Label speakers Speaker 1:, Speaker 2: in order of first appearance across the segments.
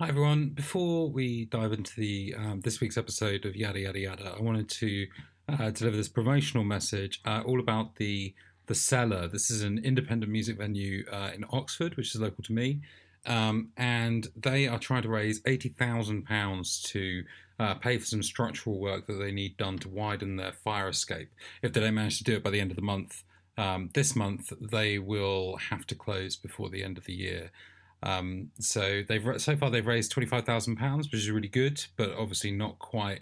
Speaker 1: Hi everyone. Before we dive into the um, this week's episode of Yada Yada Yada, I wanted to uh, deliver this promotional message uh, all about the the cellar. This is an independent music venue uh, in Oxford, which is local to me, um, and they are trying to raise eighty thousand pounds to uh, pay for some structural work that they need done to widen their fire escape. If they don't manage to do it by the end of the month, um, this month they will have to close before the end of the year. Um, so they've ra- so far they've raised twenty five thousand pounds, which is really good, but obviously not quite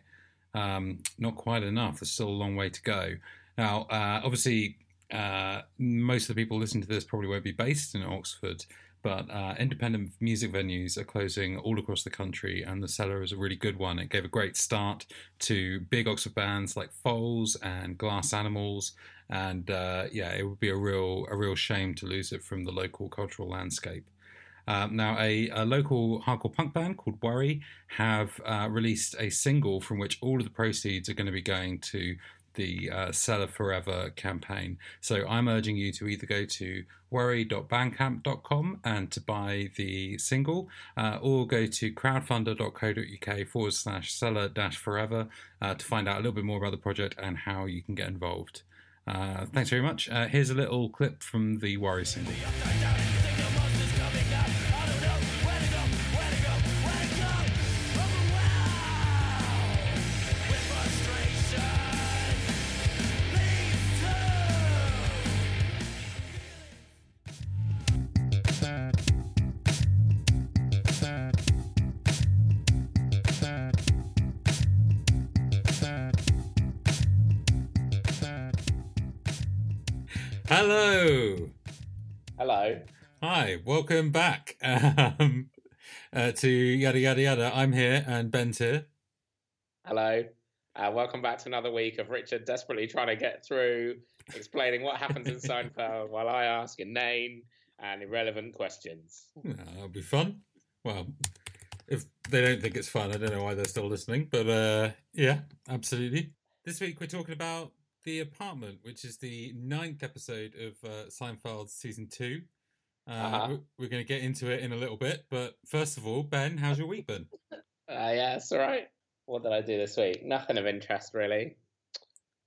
Speaker 1: um, not quite enough. There's still a long way to go. Now, uh, obviously, uh, most of the people listening to this probably won't be based in Oxford, but uh, independent music venues are closing all across the country, and the cellar is a really good one. It gave a great start to big Oxford bands like Foals and Glass Animals, and uh, yeah, it would be a real a real shame to lose it from the local cultural landscape. Um, now, a, a local hardcore punk band called Worry have uh, released a single from which all of the proceeds are going to be going to the uh, Seller Forever campaign. So I'm urging you to either go to worry.bandcamp.com and to buy the single, uh, or go to crowdfunder.co.uk forward slash seller dash forever uh, to find out a little bit more about the project and how you can get involved. Uh, thanks very much. Uh, here's a little clip from the Worry single. Hello.
Speaker 2: Hello.
Speaker 1: Hi, welcome back um, uh, to Yada Yada Yada. I'm here and Ben's here.
Speaker 2: Hello. Uh, welcome back to another week of Richard desperately trying to get through, explaining what happens in Seinfeld while I ask inane and irrelevant questions. Uh,
Speaker 1: Yeah, Hmm, That'll be fun. Well, if they don't think it's fun, I don't know why they're still listening, but uh, yeah, absolutely. This week we're talking about The Apartment, which is the ninth episode of uh, Seinfeld season two. Uh,
Speaker 2: Uh-huh.
Speaker 1: we- We're going to get into it in a little bit, but first of all, Ben, how's your week been?
Speaker 2: Uh, yeah, it's all right. What did I do this week? Nothing of interest, really.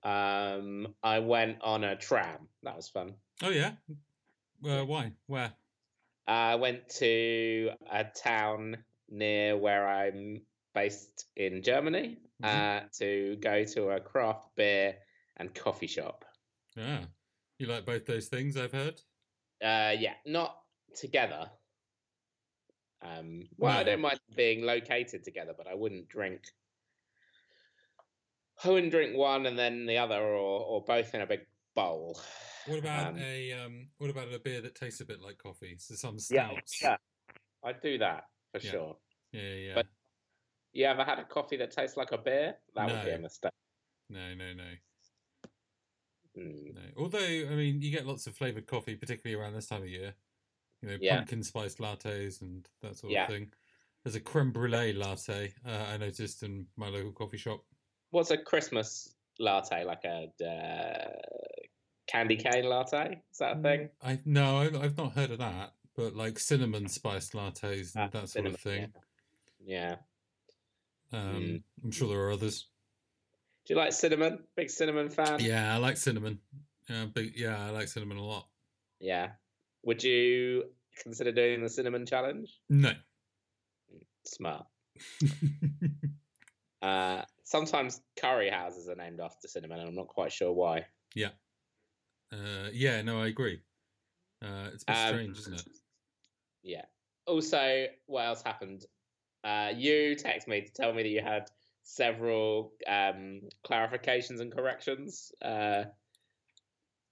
Speaker 2: Um, I went on a tram. That was fun.
Speaker 1: Oh, yeah. Uh, why? Where?
Speaker 2: I went to a town near where I'm based in Germany uh, to go to a craft beer and coffee shop.
Speaker 1: Yeah. You like both those things, I've heard?
Speaker 2: Uh, yeah, not together. Um, well, I
Speaker 1: No.
Speaker 2: don't mind being located together, but I wouldn't drink. I wouldn't drink one and then the other, or or both in a big bowl.
Speaker 1: What about
Speaker 2: Um,
Speaker 1: a um, what about a beer that tastes a bit like coffee? So some
Speaker 2: Yeah,
Speaker 1: stouts.
Speaker 2: yeah, I'd do that for
Speaker 1: Yeah.
Speaker 2: sure.
Speaker 1: yeah, yeah.
Speaker 2: But- You ever had a coffee that tastes like a beer? That would be a
Speaker 1: No.
Speaker 2: mistake.
Speaker 1: No, no, no,
Speaker 2: Mm.
Speaker 1: no. Although I mean, you get lots of flavored coffee, particularly around this time of year. You know,
Speaker 2: Yeah.
Speaker 1: pumpkin spiced lattes and that sort
Speaker 2: Yeah.
Speaker 1: of thing. There's a creme brulee latte uh, I noticed in my local coffee shop.
Speaker 2: What's a Christmas latte like a uh, candy cane latte? Is
Speaker 1: Hmm.
Speaker 2: that a thing?
Speaker 1: I no, I've, I've not heard of that, but like cinnamon spiced lattes and
Speaker 2: Ah,
Speaker 1: that sort of
Speaker 2: cinnamon,
Speaker 1: thing.
Speaker 2: Yeah.
Speaker 1: Um,
Speaker 2: Mm.
Speaker 1: I'm sure there are others.
Speaker 2: Do you like cinnamon? Big cinnamon fan?
Speaker 1: Yeah, I like cinnamon. Yeah, but yeah, I like cinnamon a lot.
Speaker 2: Yeah. Would you consider doing the cinnamon challenge?
Speaker 1: No.
Speaker 2: Smart. Uh, sometimes curry houses are named after cinnamon, and I'm not quite sure why.
Speaker 1: Uh, yeah, no, I agree. Uh, it's a bit
Speaker 2: Um,
Speaker 1: strange, isn't it?
Speaker 2: Yeah. Also, what else happened? Uh, you text me to tell me that you had several um, clarifications and corrections uh,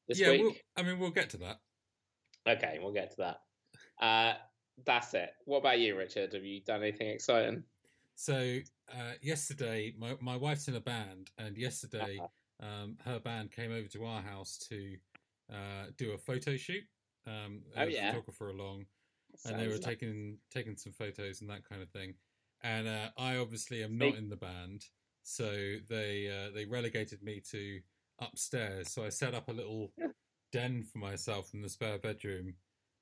Speaker 2: this
Speaker 1: yeah,
Speaker 2: week.
Speaker 1: We'll, I mean, we'll get to that.
Speaker 2: Okay, we'll get to that. Uh, that's it. What about you, Richard? Have you done anything exciting?
Speaker 1: So uh, yesterday, my, my wife's in a band, and yesterday
Speaker 2: Uh-huh.
Speaker 1: um, her band came over to our house to uh, do a photo shoot. Um,
Speaker 2: Oh,
Speaker 1: uh,
Speaker 2: yeah.
Speaker 1: photographer along, and they were
Speaker 2: Sounds like-
Speaker 1: taking taking some photos and that kind of thing. And uh, I obviously am not
Speaker 2: They-
Speaker 1: in the band, so they uh, they relegated me to upstairs. So I set up a little den for myself in the spare bedroom.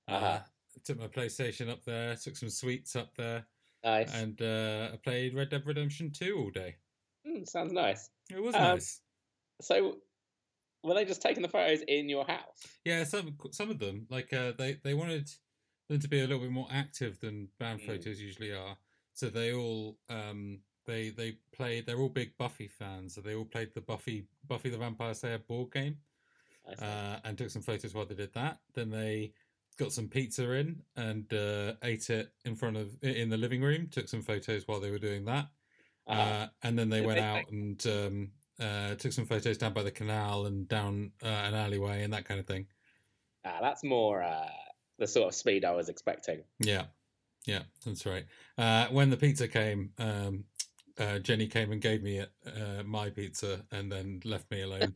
Speaker 1: uh
Speaker 2: Uh-huh.
Speaker 1: took my PlayStation up there, took some sweets up there,
Speaker 2: Nice.
Speaker 1: and uh, I played Red Dead Redemption 2 all day.
Speaker 2: Mm, sounds nice.
Speaker 1: It was
Speaker 2: Um,
Speaker 1: nice.
Speaker 2: So, were they just taking the photos in your house?
Speaker 1: Yeah, some some of them like uh, they they wanted them to be a little bit more active than band
Speaker 2: Mm.
Speaker 1: photos usually are. So they all um, they they played. They're all big Buffy fans, so they all played the Buffy Buffy the Vampire Slayer board game.
Speaker 2: I see.
Speaker 1: uh, and took some photos while they did that. Then they got some pizza in and uh, ate it in front of i- in the living room. Took some photos while they were doing that, uh,
Speaker 2: Ah,
Speaker 1: and then they
Speaker 2: Did
Speaker 1: went
Speaker 2: they
Speaker 1: out and um, uh, took some photos down by the canal and down uh, an alleyway and that kind of thing.
Speaker 2: ah, that's more uh, the sort of speed I was expecting.
Speaker 1: Yeah, yeah, that's right. Uh, when the pizza came. Um, uh, Jenny came and gave me uh, my pizza and then left me alone.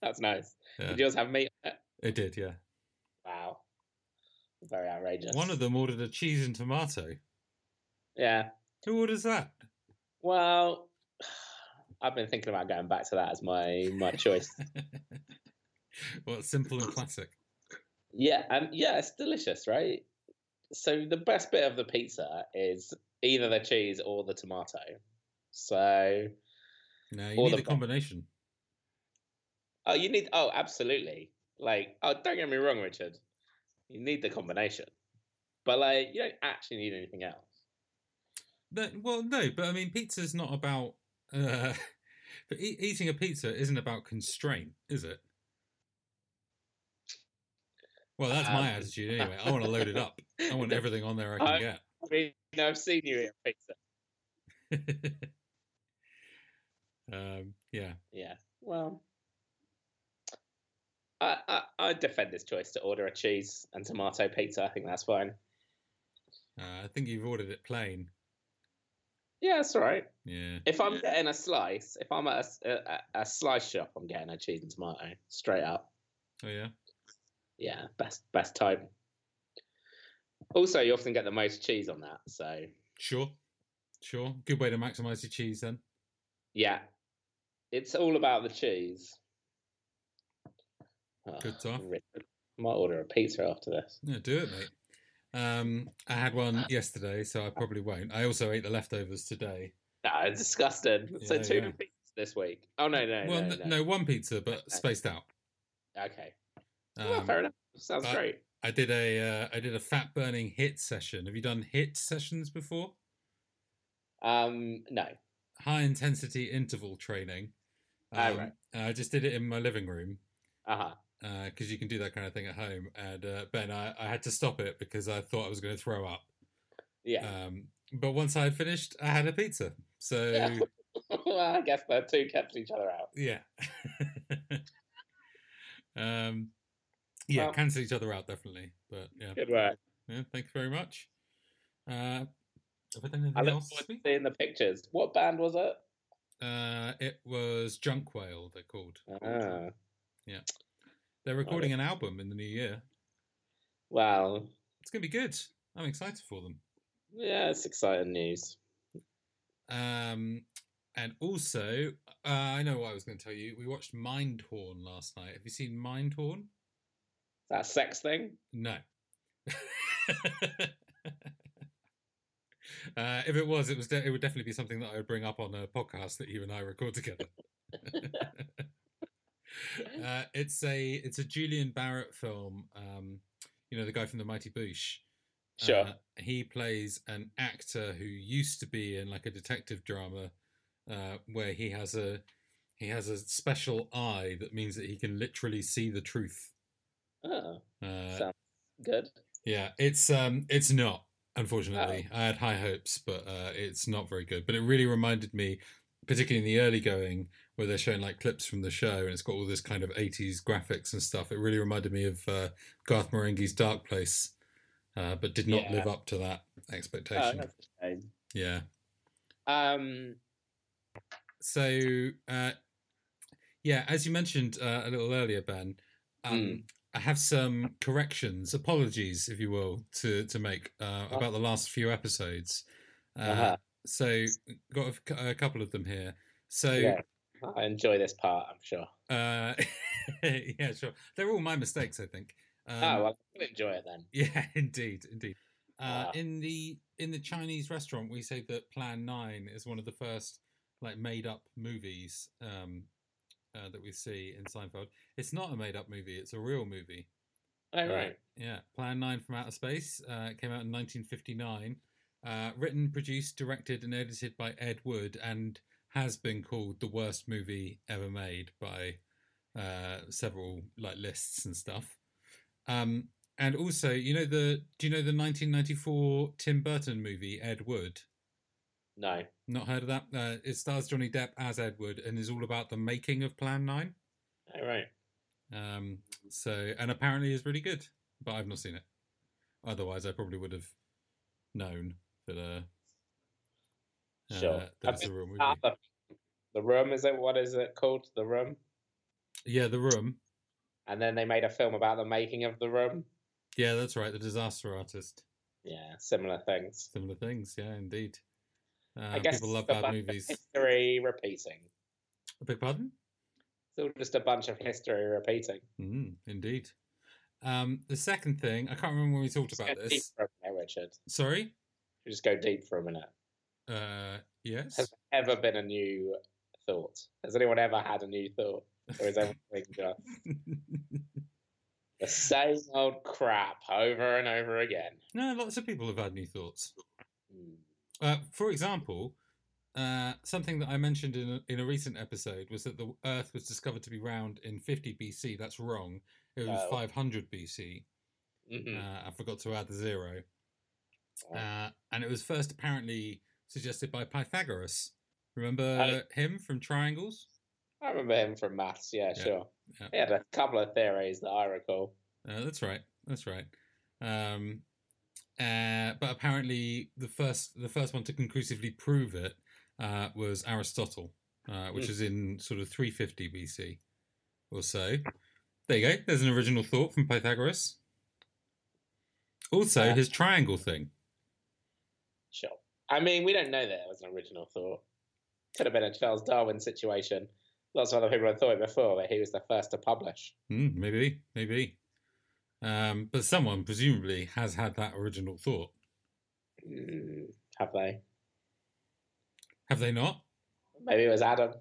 Speaker 2: That's nice.
Speaker 1: Yeah.
Speaker 2: Did yours have meat? on it?
Speaker 1: it did, yeah.
Speaker 2: Wow, very outrageous.
Speaker 1: One of them ordered a cheese and tomato.
Speaker 2: yeah.
Speaker 1: Who orders that?
Speaker 2: Well, I've been thinking about going back to that as my my choice.
Speaker 1: well, it's simple and classic.
Speaker 2: yeah, and yeah, it's delicious, right? So the best bit of the pizza is either the cheese or the tomato. So
Speaker 1: No, you
Speaker 2: Or
Speaker 1: need
Speaker 2: the
Speaker 1: the
Speaker 2: bun.
Speaker 1: combination.
Speaker 2: Oh, you need. Oh, absolutely. Like, oh, don't get me wrong, Richard. You need the combination, but like, you don't actually need anything else.
Speaker 1: No, well, no, but I mean, pizza's not about. Uh, but e- eating a pizza isn't about constraint, is it? Well, that's my
Speaker 2: Um,
Speaker 1: attitude anyway. I want to load it up. I want everything on there I can
Speaker 2: I-
Speaker 1: get.
Speaker 2: I mean, I've seen you eat a pizza.
Speaker 1: um, yeah,
Speaker 2: Yeah. Well, I, I I defend this choice to order a cheese and tomato pizza. I think that's fine.
Speaker 1: uh, I think you've ordered it plain.
Speaker 2: Yeah, it's all right.
Speaker 1: Yeah,
Speaker 2: If I'm getting a slice, if I'm at a s- uh, a, a, a slice shop, I'm getting a cheese and tomato straight up.
Speaker 1: oh yeah.
Speaker 2: Yeah, best best time. Also, you often get the most cheese on that, so
Speaker 1: Sure, sure. Good way to maximize your cheese then.
Speaker 2: Yeah. It's all about the cheese. Oh,
Speaker 1: Good stuff.
Speaker 2: Richard. Might order a pizza after this.
Speaker 1: Yeah, do it, mate. Um, I had one yesterday, so I probably won't. I also ate the leftovers today.
Speaker 2: Ah, it's disgusting. so
Speaker 1: Yeah,
Speaker 2: two
Speaker 1: yeah.
Speaker 2: pizzas this week. Oh no, no,
Speaker 1: well,
Speaker 2: no,
Speaker 1: n-
Speaker 2: no.
Speaker 1: no. one pizza, but
Speaker 2: Okay.
Speaker 1: spaced out.
Speaker 2: Okay. well,
Speaker 1: Um,
Speaker 2: fair enough. Sounds
Speaker 1: I-
Speaker 2: great.
Speaker 1: I did a uh, I did a fat burning hit session. Have you done hit sessions before?
Speaker 2: Um, no.
Speaker 1: High intensity interval training.
Speaker 2: Ah,
Speaker 1: Um,
Speaker 2: right.
Speaker 1: and I just did it in my living room
Speaker 2: Uh huh.
Speaker 1: because you can do that kind of thing at home. And uh, Ben, I, I had to stop it because I thought I was going to throw up.
Speaker 2: Yeah.
Speaker 1: Um, but once I had finished, I had a pizza. So.
Speaker 2: Yeah. well, I guess the two cancel each other out.
Speaker 1: Yeah. um, yeah,
Speaker 2: Well-
Speaker 1: cancel each other out definitely. But yeah,
Speaker 2: Good work.
Speaker 1: yeah thanks very much. Uh, have I done anything
Speaker 2: I look
Speaker 1: else?
Speaker 2: forward
Speaker 1: this
Speaker 2: to
Speaker 1: week?
Speaker 2: seeing the pictures. What band was it?
Speaker 1: Uh, it was Junk Whale. They're called.
Speaker 2: Ah.
Speaker 1: They're recording an album in the new year.
Speaker 2: Well,
Speaker 1: It's gonna be good. I'm excited for them.
Speaker 2: yeah, it's exciting news.
Speaker 1: Um, and also, uh, I know what I was going to tell you. We watched Mindhorn last night. Have you seen Mindhorn?
Speaker 2: That sex thing?
Speaker 1: No. uh, if it was, it was de- it would definitely be something that I would bring up on a podcast that you and I record together. uh, it's a it's a Julian Barrett film. Um, you know the guy from The Mighty Boosh.
Speaker 2: Sure.
Speaker 1: Uh, he plays an actor who used to be in like a detective drama, uh, where he has a he has a special eye that means that he can literally see the truth.
Speaker 2: Oh,
Speaker 1: Uh,
Speaker 2: sounds good.
Speaker 1: yeah, it's um, it's not. Unfortunately, I had high hopes, but uh, it's not very good. But it really reminded me, particularly in the early going, where they're showing like clips from the show, and it's got all this kind of '80s graphics and stuff. It really reminded me of uh, Garth Marenghi's Dark Place, uh, but did not
Speaker 2: Yeah.
Speaker 1: live up to that
Speaker 2: Oh,
Speaker 1: expectation.
Speaker 2: that's a shame.
Speaker 1: yeah.
Speaker 2: Um,
Speaker 1: So, uh, yeah, as you mentioned uh, a little earlier, Ben, um,
Speaker 2: Hmm.
Speaker 1: I have some corrections, apologies, if you will, to to make uh, about the last few episodes. Uh,
Speaker 2: Uh-huh.
Speaker 1: So, got a, c- a couple of them here. So,
Speaker 2: yeah, I enjoy this part. I'm sure.
Speaker 1: uh, yeah, sure, they're all my mistakes, I think. Um,
Speaker 2: oh well, I'll Oh, enjoy it then.
Speaker 1: Yeah, indeed, indeed. Uh,
Speaker 2: Ah.
Speaker 1: In the in the Chinese restaurant, we say that Plan Nine is one of the first like made up movies um, uh, that we see in Seinfeld. It's not a made up movie; it's a real movie.
Speaker 2: Oh, right.
Speaker 1: Yeah, Plan Nine from Outer Space uh, came out in 1959. Uh, written, produced, directed, and edited by Ed Wood, and has been called the worst movie ever made by uh, several like lists and stuff. Um, and also, you know the do you know the 1994 Tim Burton movie Ed Wood?
Speaker 2: No.
Speaker 1: Not heard of that? Uh, it stars Johnny Depp as Ed Wood and is all about the making of Plan Nine.
Speaker 2: All Oh, right.
Speaker 1: Um, so, and apparently is really good, but I've not seen it. Otherwise, I probably would have known that. Uh, uh,
Speaker 2: Sure.
Speaker 1: that it's a real movie.
Speaker 2: Ah, the- the room is it? What is it called? The room.
Speaker 1: Yeah, The Room.
Speaker 2: And then they made a film about the making of the room.
Speaker 1: Yeah, that's right. The Disaster Artist.
Speaker 2: Yeah, similar things.
Speaker 1: Similar things. Yeah, indeed. Uh,
Speaker 2: I guess
Speaker 1: people love
Speaker 2: it's a
Speaker 1: bad
Speaker 2: bunch of
Speaker 1: movies.
Speaker 2: History repeating.
Speaker 1: I beg pardon?
Speaker 2: It's all just a bunch of history repeating.
Speaker 1: Mm, indeed. Um, the second thing, I can't remember when we talked
Speaker 2: Just go
Speaker 1: about
Speaker 2: deep
Speaker 1: this.
Speaker 2: for a minute, Richard.
Speaker 1: Sorry?
Speaker 2: We Just go deep for a minute.
Speaker 1: Uh, yes.
Speaker 2: Has ever been a new thought? Has anyone ever had a new thought? Or is everyone just the same old crap over and over again?
Speaker 1: no, lots of people have had new thoughts.
Speaker 2: Hmm.
Speaker 1: Uh, for example, uh, something that I mentioned in a, in a recent episode was that the Earth was discovered to be round in 50 BC. That's wrong. It was
Speaker 2: Oh.
Speaker 1: 500 BC.
Speaker 2: Mhm.
Speaker 1: Uh, I forgot to add the zero.
Speaker 2: Uh,
Speaker 1: Uh, and it was first apparently suggested by Pythagoras. Remember him from Triangles?
Speaker 2: I remember him from maths. Yeah,
Speaker 1: yeah,
Speaker 2: sure.
Speaker 1: yeah.
Speaker 2: He had a couple of theories that I recall.
Speaker 1: Uh, that's right. That's right. Um, uh, but apparently, the first the first one to conclusively prove it uh, was Aristotle, uh, which
Speaker 2: Hmm.
Speaker 1: is in sort of 350 BC or so. There you go. There's an original thought from Pythagoras. Also,
Speaker 2: Uh,
Speaker 1: his triangle thing.
Speaker 2: Sure. I mean, we don't know that it was an original thought. Could have been a Charles Darwin situation. Lots of other people had thought it before, but he was the first to publish.
Speaker 1: Mm, maybe, maybe. Um, but someone presumably has had that original thought.
Speaker 2: Mm, have they?
Speaker 1: Have they not?
Speaker 2: Maybe it was Adam.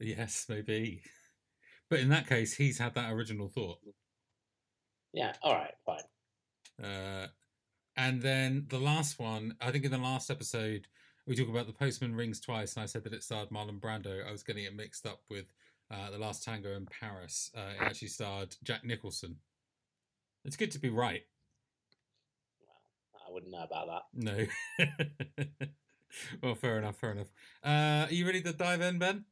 Speaker 1: Yes, maybe. But in that case, he's had that original thought.
Speaker 2: Yeah, all right, fine.
Speaker 1: Uh, and then the last one, I think in the last episode, we talk about the postman rings twice, and I said that it starred Marlon Brando. I was getting it mixed up with uh, the Last Tango in Paris. Uh, it actually starred Jack Nicholson. It's good to be right.
Speaker 2: Well, I wouldn't know about that.
Speaker 1: No. well, fair enough. Fair enough. Uh, are you ready to dive in, Ben?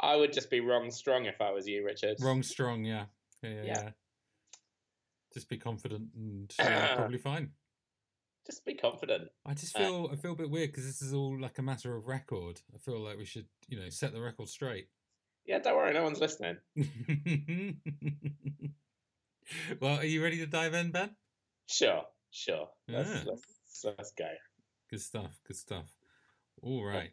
Speaker 2: I would just be wrong strong if I was you, Richard.
Speaker 1: Wrong strong, yeah. Yeah, yeah,
Speaker 2: Yeah.
Speaker 1: yeah. Just be confident and you're probably fine.
Speaker 2: Just be confident.
Speaker 1: I just
Speaker 2: Uh,
Speaker 1: feel I feel a bit weird because this is all like a matter of record. I feel like we should, you know, set the record straight.
Speaker 2: Yeah, don't worry, no one's listening.
Speaker 1: well, are you ready to dive in, Ben?
Speaker 2: Sure, sure. Let's,
Speaker 1: Yeah.
Speaker 2: let's, let's go.
Speaker 1: Good stuff. Good stuff. All right.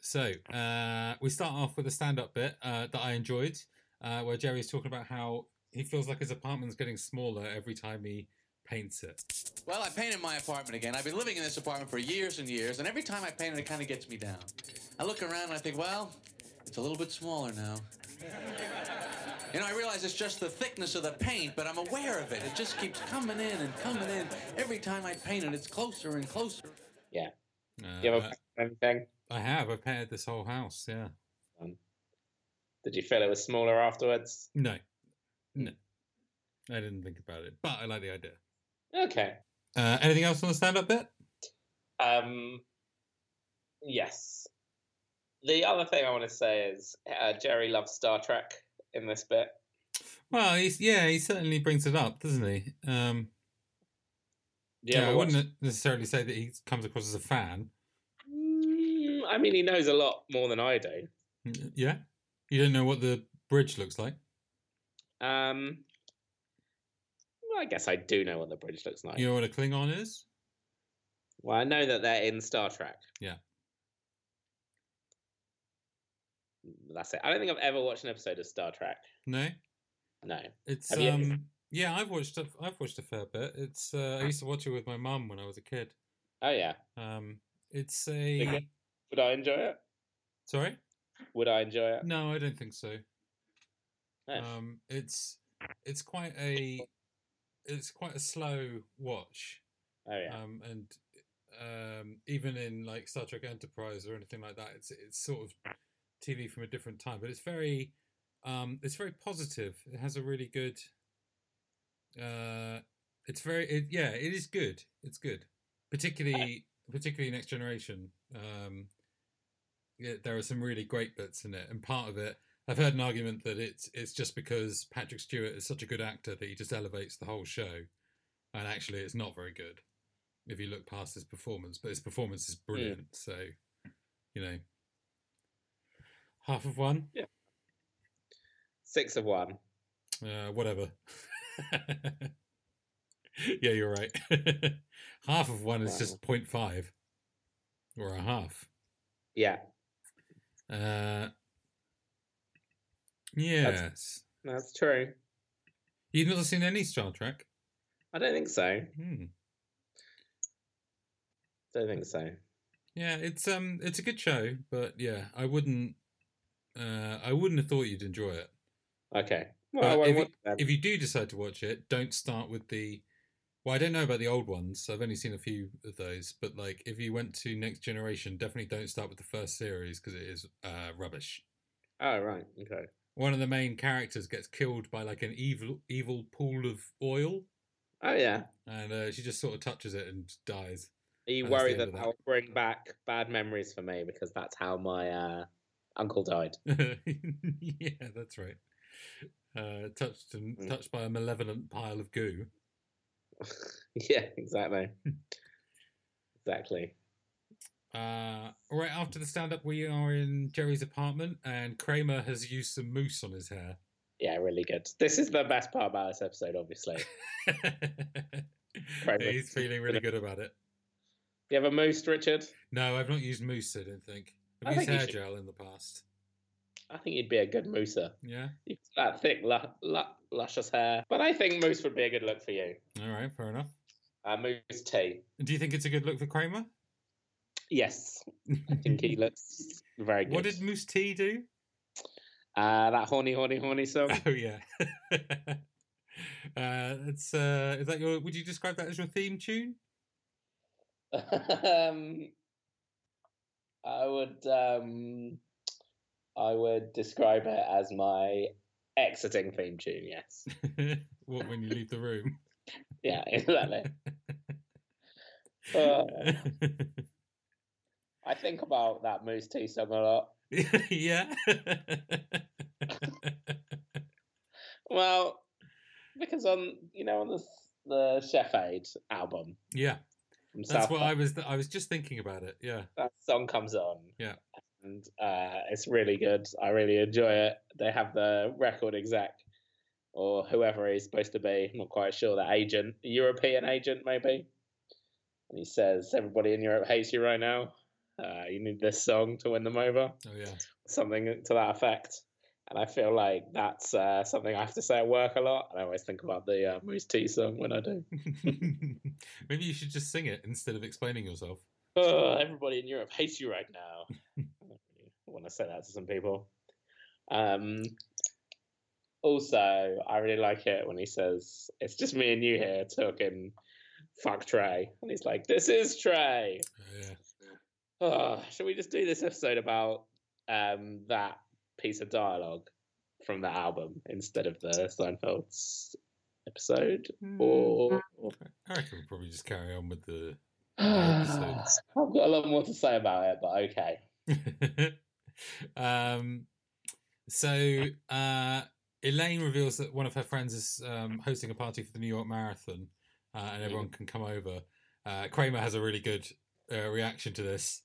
Speaker 1: So uh, we start off with a stand-up bit uh, that I enjoyed, uh, where Jerry's talking about how he feels like his apartment's getting smaller every time he paints it.
Speaker 3: Well, I painted my apartment again. I've been living in this apartment for years and years, and every time I paint it, it kind of gets me down. I look around and I think, well, it's a little bit smaller now. You know, I realize it's just the thickness of the paint, but I'm aware of it. It just keeps coming in and coming in. Every time I paint it, it's closer and closer.
Speaker 1: Uh,
Speaker 2: You ever anything?
Speaker 1: I have. I've painted this whole house. Yeah.
Speaker 2: Did you feel it was smaller afterwards?
Speaker 1: No. No. I didn't think about it, but I like the idea.
Speaker 2: Okay.
Speaker 1: Uh, anything else on the stand-up bit?
Speaker 2: Um, yes. The other thing I want to say is uh, Jerry loves Star Trek in this bit.
Speaker 1: Well, he's, yeah, he certainly brings it up, doesn't he? Um,
Speaker 2: Yeah,
Speaker 1: I wouldn't necessarily say that he comes across as a fan.
Speaker 2: Mm, I mean, he knows a lot more than I do.
Speaker 1: Mm, Yeah, you don't know what the bridge looks like.
Speaker 2: Um, well, I guess I do know what the bridge looks like.
Speaker 1: You know what a Klingon is?
Speaker 2: Well, I know that they're in Star Trek.
Speaker 1: Yeah.
Speaker 2: That's it. I don't think I've ever watched an episode of Star Trek.
Speaker 1: No,
Speaker 2: No.
Speaker 1: it's
Speaker 2: Have you-
Speaker 1: um, yeah, I've watched a, I've watched a fair bit. It's uh, I used to watch it with my mum when I was a kid.
Speaker 2: Oh yeah.
Speaker 1: Um, it's a
Speaker 2: Okay. Would I enjoy it?
Speaker 1: sorry.
Speaker 2: Would I enjoy it?
Speaker 1: No, I don't think so.
Speaker 2: No.
Speaker 1: Um, it's it's quite a it's quite a slow watch.
Speaker 2: oh yeah.
Speaker 1: um, and um, even in like Star Trek Enterprise or anything like that, it's it's sort of TV from a different time, but it's very um, it's very positive. It has a really good. Uh, it's very it, yeah, it is good. It's good, particularly particularly Next Generation. Um, yeah, there are some really great bits in it, and part of it. I've heard an argument that it's it's just because Patrick Stewart is such a good actor that he just elevates the whole show, and actually it's not very good if you look past his performance, but his performance is brilliant. So, you know, half of one,
Speaker 2: Six of one.
Speaker 1: uh, whatever. yeah, you're right. half of one is just 0.5 or a half.
Speaker 2: Yeah.
Speaker 1: Uh, yes.
Speaker 2: That's true.
Speaker 1: You've not seen any Star Trek?
Speaker 2: I don't think so.
Speaker 1: Hmm.
Speaker 2: Don't think so.
Speaker 1: Yeah, it's um, it's a good show, but yeah, I wouldn't, uh, I wouldn't have thought you'd enjoy it.
Speaker 2: Okay.
Speaker 1: But
Speaker 2: Well, I won't
Speaker 1: Uh, if
Speaker 2: watch them.
Speaker 1: if you do decide to watch it, don't start with the. Well, I don't know about the old ones. I've only seen a few of those, but like if you went to Next Generation, definitely don't start with the first series because it is uh, rubbish.
Speaker 2: Oh right. Okay.
Speaker 1: One of the main characters gets killed by like an evil, evil pool of oil,
Speaker 2: Oh yeah.
Speaker 1: and uh, she just sort of touches it and dies.
Speaker 2: Are you
Speaker 1: And that's the end
Speaker 2: worried that
Speaker 1: of that.
Speaker 2: that'll bring back bad memories for me because that's how my uh, uncle died?
Speaker 1: yeah, that's right. Uh, touched and
Speaker 2: Mm.
Speaker 1: touched by a malevolent pile of goo.
Speaker 2: yeah, exactly. exactly.
Speaker 1: Uh, right after the stand up, we are in Jerry's apartment, and Kramer has used some mousse on his hair.
Speaker 2: Yeah, really good. This is the best part about this episode, obviously. Kramer.
Speaker 1: He's feeling really good about it.
Speaker 2: You have a moose, Richard?
Speaker 1: No, I've not used mousse, I don't think. I've
Speaker 2: I
Speaker 1: used
Speaker 2: think you
Speaker 1: hair
Speaker 2: should.
Speaker 1: gel in the past.
Speaker 2: I think you'd be a good mooser.
Speaker 1: Yeah.
Speaker 2: You've got that thick, lu- lu- luscious hair. But I think moose would be a good look for you.
Speaker 1: All right, fair enough.
Speaker 2: Uh, moose tea.
Speaker 1: And do you think it's a good look for Kramer?
Speaker 2: Yes, I think he looks very good.
Speaker 1: what did Moose T do?
Speaker 2: uh, that horny, horny, horny song?
Speaker 1: Oh yeah. uh, it's uh, is that your? Would you describe that as your theme tune?
Speaker 2: um, I would um, I would describe it as my exiting theme tune. Yes,
Speaker 1: what when you leave the room?
Speaker 2: yeah, exactly. Uh, I think about that Moose Tea song a lot.
Speaker 1: yeah.
Speaker 2: Well, because on you know on the the Chef Aid album
Speaker 1: yeah,
Speaker 2: from
Speaker 1: that's
Speaker 2: South
Speaker 1: what
Speaker 2: Park,
Speaker 1: I was. Th- I was just thinking about it. Yeah.
Speaker 2: that song comes on.
Speaker 1: Yeah.
Speaker 2: And uh, it's really good. I really enjoy it. They have the record exec or whoever he's supposed to be. I'm not quite sure. The agent, European agent, maybe. And he says, Everybody in Europe hates you right now. Uh, you need this song to win them over.
Speaker 1: Oh yeah.
Speaker 2: Something to that effect. And I feel like that's uh, something I have to say at work a lot. And I always think about the uh, Moose Tea song when I do.
Speaker 1: Maybe you should just sing it instead of explaining yourself.
Speaker 2: Oh, everybody in Europe hates you right now. I want to say that to some people. Um, also, I really like it when he says, "It's just me and you here talking." Fuck Trey, and he's like, "This is Trey."
Speaker 1: Oh, yeah.
Speaker 2: Oh, should we just do this episode about um, that piece of dialogue from that album instead of the Seinfeld's episode? Or
Speaker 1: I reckon we'll probably just carry on with the.
Speaker 2: I've got a lot more to say about it, but okay.
Speaker 1: um, so uh, Elaine reveals that one of her friends is um, hosting a party for the New York Marathon, uh,
Speaker 2: Mm.
Speaker 1: and everyone can come over. Uh, Kramer has a really good uh, reaction to this.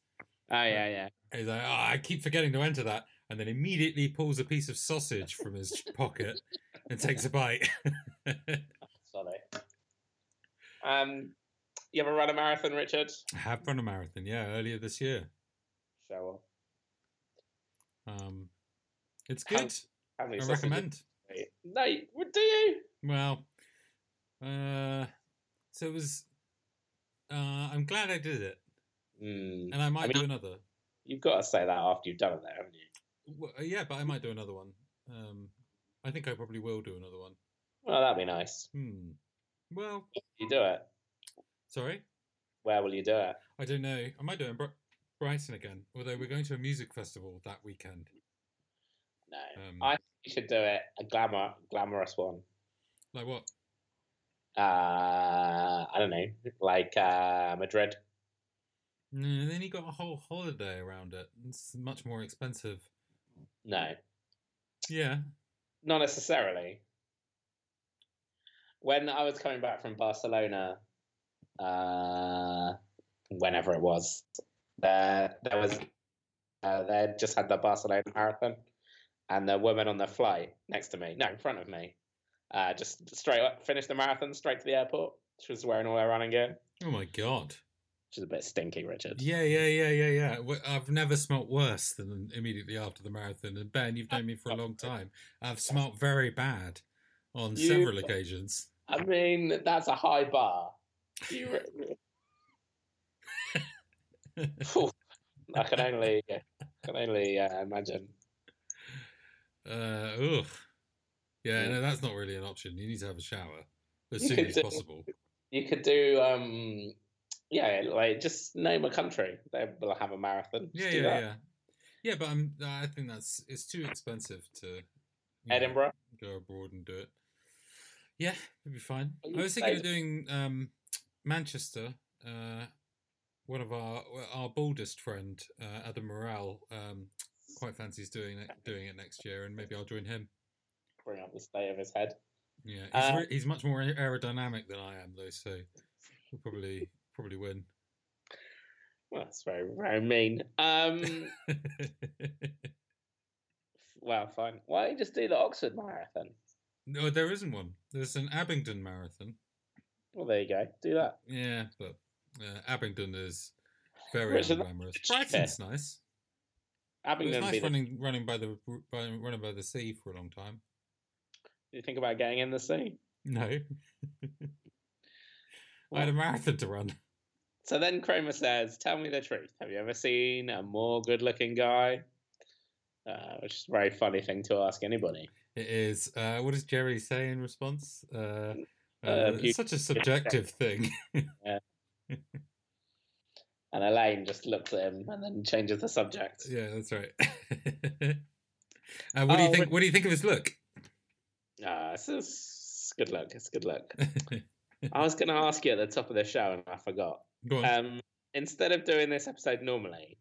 Speaker 2: Oh yeah, yeah.
Speaker 1: He's like, "Oh, I keep forgetting to enter that," and then immediately pulls a piece of sausage from his pocket and takes a bite.
Speaker 2: Sorry. Um, you ever run a marathon, Richard?
Speaker 1: Have run a marathon, yeah, earlier this year.
Speaker 2: Show off.
Speaker 1: Um, it's
Speaker 2: How-
Speaker 1: good.
Speaker 2: How many
Speaker 1: I
Speaker 2: sausages
Speaker 1: recommend.
Speaker 2: do you eat? No, you- what do you?
Speaker 1: Well, uh, so it was. Uh, I'm glad I did it,
Speaker 2: Mm.
Speaker 1: and I might
Speaker 2: I mean,
Speaker 1: do another.
Speaker 2: You've got to say that after you've done it, there, haven't you?
Speaker 1: Well, uh, yeah, but I might do another one. Um, I think I probably will do another one.
Speaker 2: Well, that'd be nice.
Speaker 1: Hmm. Well,
Speaker 2: You do it.
Speaker 1: sorry,
Speaker 2: Where will you do it?
Speaker 1: I don't know. I might do it in Bri- Brighton again. Although we're going to a music festival that weekend.
Speaker 2: No,
Speaker 1: Um,
Speaker 2: I think you should do it. A glamour, glamorous one.
Speaker 1: Like what?
Speaker 2: Uh, I don't know, like uh, Madrid.
Speaker 1: No, and then you got a whole holiday around it. It's much more expensive.
Speaker 2: No,
Speaker 1: Yeah.
Speaker 2: not necessarily. When I was coming back from Barcelona, uh, whenever it was, there there was uh, they just had the Barcelona marathon, and the woman on the flight next to me, no, in front of me, uh, just straight up finished the marathon straight to the airport. She was wearing all her running gear.
Speaker 1: Oh my god.
Speaker 2: She's a bit stinky, Richard.
Speaker 1: Yeah, yeah, yeah, yeah, yeah. W- I've never smelt worse than immediately after the marathon. And Ben, you've known me for a long time. I've smelt very bad on
Speaker 2: You-
Speaker 1: several occasions.
Speaker 2: I mean, that's a high bar. You re- Phew, I can only, I can only uh, imagine.
Speaker 1: Uh, ugh. Yeah,
Speaker 2: Yeah.
Speaker 1: no, that's not really an option. You need to have a shower as
Speaker 2: You
Speaker 1: soon
Speaker 2: could
Speaker 1: as
Speaker 2: do-
Speaker 1: possible.
Speaker 2: You could do, um, yeah, like just name a country. They will have a marathon. Just
Speaker 1: Yeah,
Speaker 2: do
Speaker 1: yeah,
Speaker 2: that.
Speaker 1: yeah. Yeah, but I'm, I think that's it's too expensive to you know,
Speaker 2: Edinburgh.
Speaker 1: go abroad and do it. Yeah, it'd be fine.
Speaker 2: Well,
Speaker 1: I
Speaker 2: you
Speaker 1: was thinking of
Speaker 2: said-
Speaker 1: doing um, Manchester. Uh, one of our our baldest friend, uh, Adam Morrell, um, quite fancies doing it, doing it next year, and maybe I'll join him.
Speaker 2: Bring up the state of his head.
Speaker 1: Yeah, he's,
Speaker 2: Uh,
Speaker 1: re- he's much more aerodynamic than I am, though, so we'll probably probably win.
Speaker 2: Well, that's very, very mean. Um, well, fine. Why don't you just do the Oxford Marathon?
Speaker 1: no, there isn't one. There's an Abingdon marathon.
Speaker 2: Well, there you go. Do that.
Speaker 1: Yeah, but uh, Abingdon is very
Speaker 2: Richard,
Speaker 1: unglamorous.
Speaker 2: that's cheaper.
Speaker 1: Brighton's nice. It was
Speaker 2: Abingdon. would
Speaker 1: nice
Speaker 2: be the-
Speaker 1: running running by the by, running by the sea for a long time.
Speaker 2: Do you think about getting in the sea?
Speaker 1: No, I had a marathon to run.
Speaker 2: So then Kramer says, Tell me the truth. Have you ever seen a more good looking guy? Uh, which is a very funny thing to ask anybody.
Speaker 1: It is. Uh, what does Jerry say in response? Uh, uh,
Speaker 2: Uh,
Speaker 1: it's
Speaker 2: you-
Speaker 1: such a subjective thing.
Speaker 2: And Elaine just looks at him and then changes the subject.
Speaker 1: yeah, that's right. uh, what do you
Speaker 2: Oh,
Speaker 1: think?
Speaker 2: wait.
Speaker 1: What do you think of his look?
Speaker 2: Ah, this is it's good luck. It's good luck. I was going to ask you at the top of the show and I forgot.
Speaker 1: Go on.
Speaker 2: Um, instead of doing this episode normally,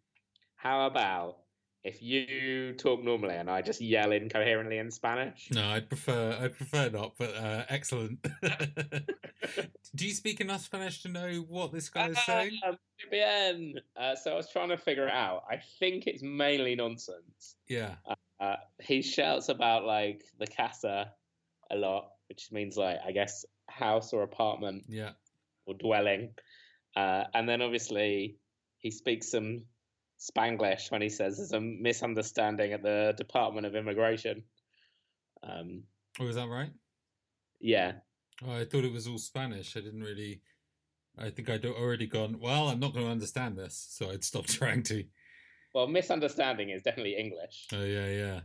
Speaker 2: how about if you talk normally and I just yell incoherently in Spanish?
Speaker 1: no, I'd prefer. I'd prefer not. But uh, excellent. do you speak enough Spanish to know what this guy is saying?
Speaker 2: Ah, muy bien. Uh, so I was trying to figure it out. I think it's mainly nonsense.
Speaker 1: Yeah.
Speaker 2: Uh, he shouts about like the casa a lot, which means like I guess house or apartment
Speaker 1: Yeah.
Speaker 2: or dwelling. Uh, and then obviously he speaks some Spanglish when he says there's a misunderstanding at the Department of Immigration. Um,
Speaker 1: Oh, is that right?
Speaker 2: yeah,
Speaker 1: Oh, I thought it was all Spanish. I didn't really. I think I'd already gone. Well, I'm not going to understand this, so I'd stopped trying to.
Speaker 2: well, misunderstanding is definitely English.
Speaker 1: Oh yeah, yeah.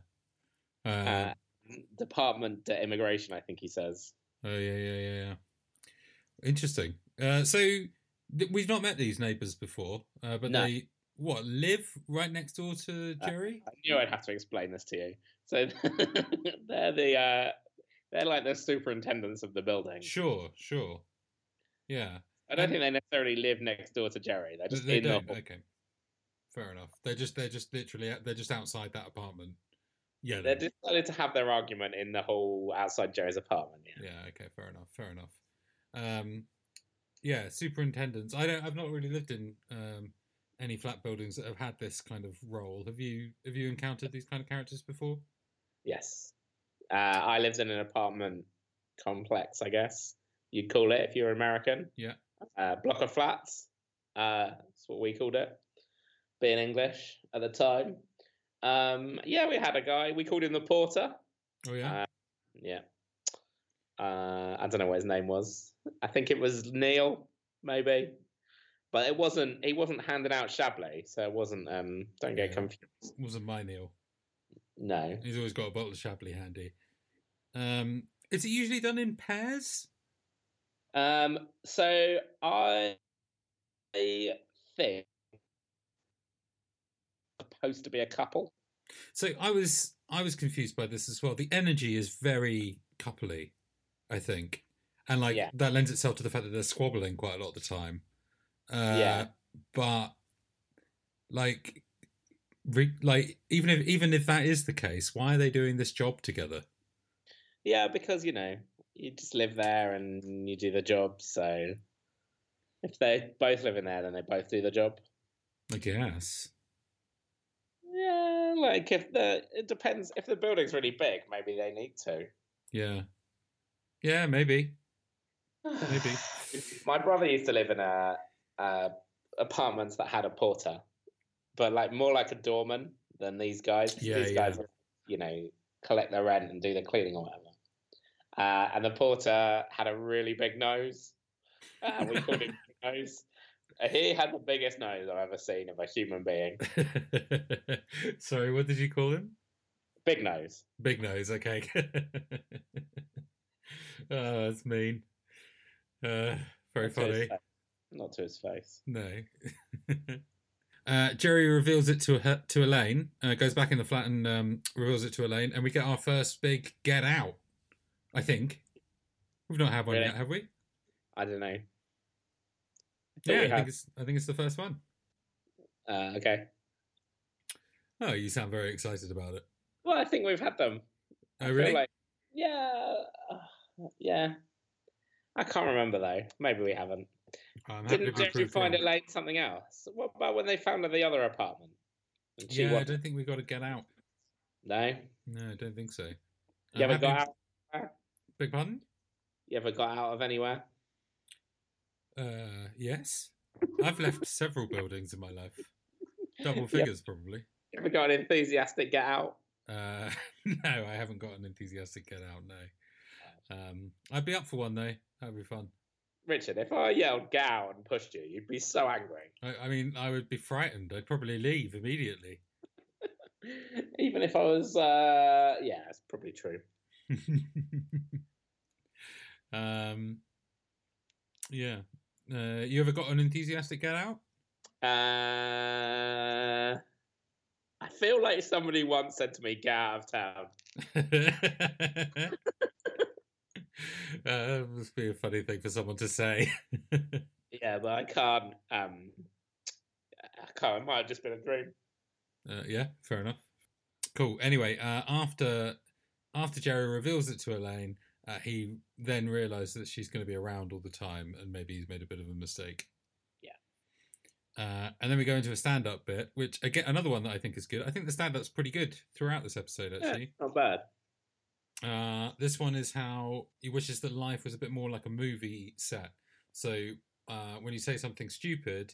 Speaker 1: Uh,
Speaker 2: Uh, Department of Immigration, I think he says.
Speaker 1: oh yeah, yeah, yeah, yeah. Interesting. Uh, so th- we've not met these neighbours before, uh, but
Speaker 2: No.
Speaker 1: they what live right next door to
Speaker 2: Uh,
Speaker 1: Jerry.
Speaker 2: I knew I'd have to explain this to you. So they're the uh, they're like the superintendents of the building.
Speaker 1: sure, sure. Yeah,
Speaker 2: I don't
Speaker 1: and-
Speaker 2: think they necessarily live next door to Jerry. They're
Speaker 1: Th-
Speaker 2: just
Speaker 1: they
Speaker 2: in the
Speaker 1: don't. Okay, fair enough. They're just they're just literally they're just outside that apartment. Yeah,
Speaker 2: They decided to have their argument in the hall outside Jerry's apartment. Yeah.
Speaker 1: Yeah. Okay. Fair enough. Fair enough. Um, yeah. Superintendents. I don't. I've not really lived in um, any flat buildings that have had this kind of role. Have you? Have you encountered these kind of characters before?
Speaker 2: Yes. Uh, I lived in an apartment complex, I guess you'd call it if you're American.
Speaker 1: Yeah.
Speaker 2: Uh, block of flats. Uh, that's what we called it, being English at the time. Um, yeah, we had a guy. We called him the porter.
Speaker 1: Oh yeah.
Speaker 2: Yeah. Uh, I don't know what his name was. I think it was Neil, maybe. But it wasn't. He wasn't handing out Chablis, so it wasn't. Um, don't get
Speaker 1: Yeah.
Speaker 2: confused.
Speaker 1: Wasn't my meal.
Speaker 2: No.
Speaker 1: He's always got a bottle of Chablis handy. Um, is it usually done in pairs?
Speaker 2: Um, so I think supposed to be a couple.
Speaker 1: So I was I was confused by this as well. The energy is very coupley, I think, and like
Speaker 2: Yeah.
Speaker 1: that lends itself to the fact that they're squabbling quite a lot of the time. Uh,
Speaker 2: Yeah.
Speaker 1: but like, re- like even if even if that is the case, why are they doing this job together?
Speaker 2: Yeah, because you know you just live there and you do the job. So if they both live in there, then they both do the job.
Speaker 1: I guess.
Speaker 2: Yeah, like if the it depends if the building's really big, maybe they need to.
Speaker 1: Yeah. Yeah, maybe, maybe.
Speaker 2: My brother used to live in a, a apartments that had a porter, but like more like a doorman than these guys.
Speaker 1: Yeah,
Speaker 2: these
Speaker 1: yeah.
Speaker 2: guys, you know, collect their rent and do the cleaning or whatever. Uh, and the porter had a really big nose. Uh, we called him Big nose. Uh, He had the biggest nose I've ever seen of a human being.
Speaker 1: Sorry, what did you call him?
Speaker 2: Big nose.
Speaker 1: Big nose, okay. oh, that's mean. Uh, very
Speaker 2: Not to his
Speaker 1: funny.
Speaker 2: face. Not to his face.
Speaker 1: No. uh, Jerry reveals it to her, to Elaine. Uh, goes back in the flat and um, reveals it to Elaine, and we get our first big get out. I think we've not had one
Speaker 2: Really?
Speaker 1: yet, have we?
Speaker 2: I don't know.
Speaker 1: Yeah,
Speaker 2: we
Speaker 1: I think
Speaker 2: have.
Speaker 1: it's I think it's the first one.
Speaker 2: Uh, okay.
Speaker 1: Oh, you sound very excited about it.
Speaker 2: Well, I think we've had them.
Speaker 1: Oh,
Speaker 2: I feel
Speaker 1: really?
Speaker 2: like- yeah, uh, yeah. I can't remember though. Maybe we haven't.
Speaker 1: I'm happy to
Speaker 2: Didn't
Speaker 1: be
Speaker 2: Jerry
Speaker 1: proved
Speaker 2: find
Speaker 1: wrong.
Speaker 2: Elaine something else? What about when they found her the other apartment? And she
Speaker 1: Yeah, I
Speaker 2: wasn't-
Speaker 1: don't think we got to get out.
Speaker 2: no.
Speaker 1: No, I don't think so. I'm
Speaker 2: You ever got
Speaker 1: happy-
Speaker 2: out?
Speaker 1: Beg pardon?
Speaker 2: You ever got out of anywhere?
Speaker 1: Uh, yes. I've left several buildings in my life. Double
Speaker 2: Yeah.
Speaker 1: figures, probably.
Speaker 2: You ever got an enthusiastic get out?
Speaker 1: Uh, no, I haven't got an enthusiastic get out, no. Um, I'd be up for one, though. That'd be fun.
Speaker 2: Richard, if I yelled "get out" and pushed you, you'd be so angry.
Speaker 1: I, I mean, I would be frightened. I'd probably leave immediately.
Speaker 2: Even if I was, uh, yeah, that's probably true.
Speaker 1: um, yeah. Uh, you ever got an enthusiastic get out?
Speaker 2: Uh, I feel like somebody once said to me, "Get out of town."
Speaker 1: uh, must be a funny thing for someone to say.
Speaker 2: Yeah, but I can't. Um, I can't. It might have just been a dream.
Speaker 1: Uh, yeah, fair enough. Cool. Anyway, uh, after after Jerry reveals it to Elaine, uh, he then realizes that she's going to be around all the time, and maybe he's made a bit of a mistake.
Speaker 2: Yeah.
Speaker 1: Uh, and then we go into a stand-up bit, which again another one that I think is good. I think the stand-up's pretty good throughout this episode, actually.
Speaker 2: Not bad.
Speaker 1: Uh, this one is how he wishes that life was a bit more like a movie set. So uh, when you say something stupid,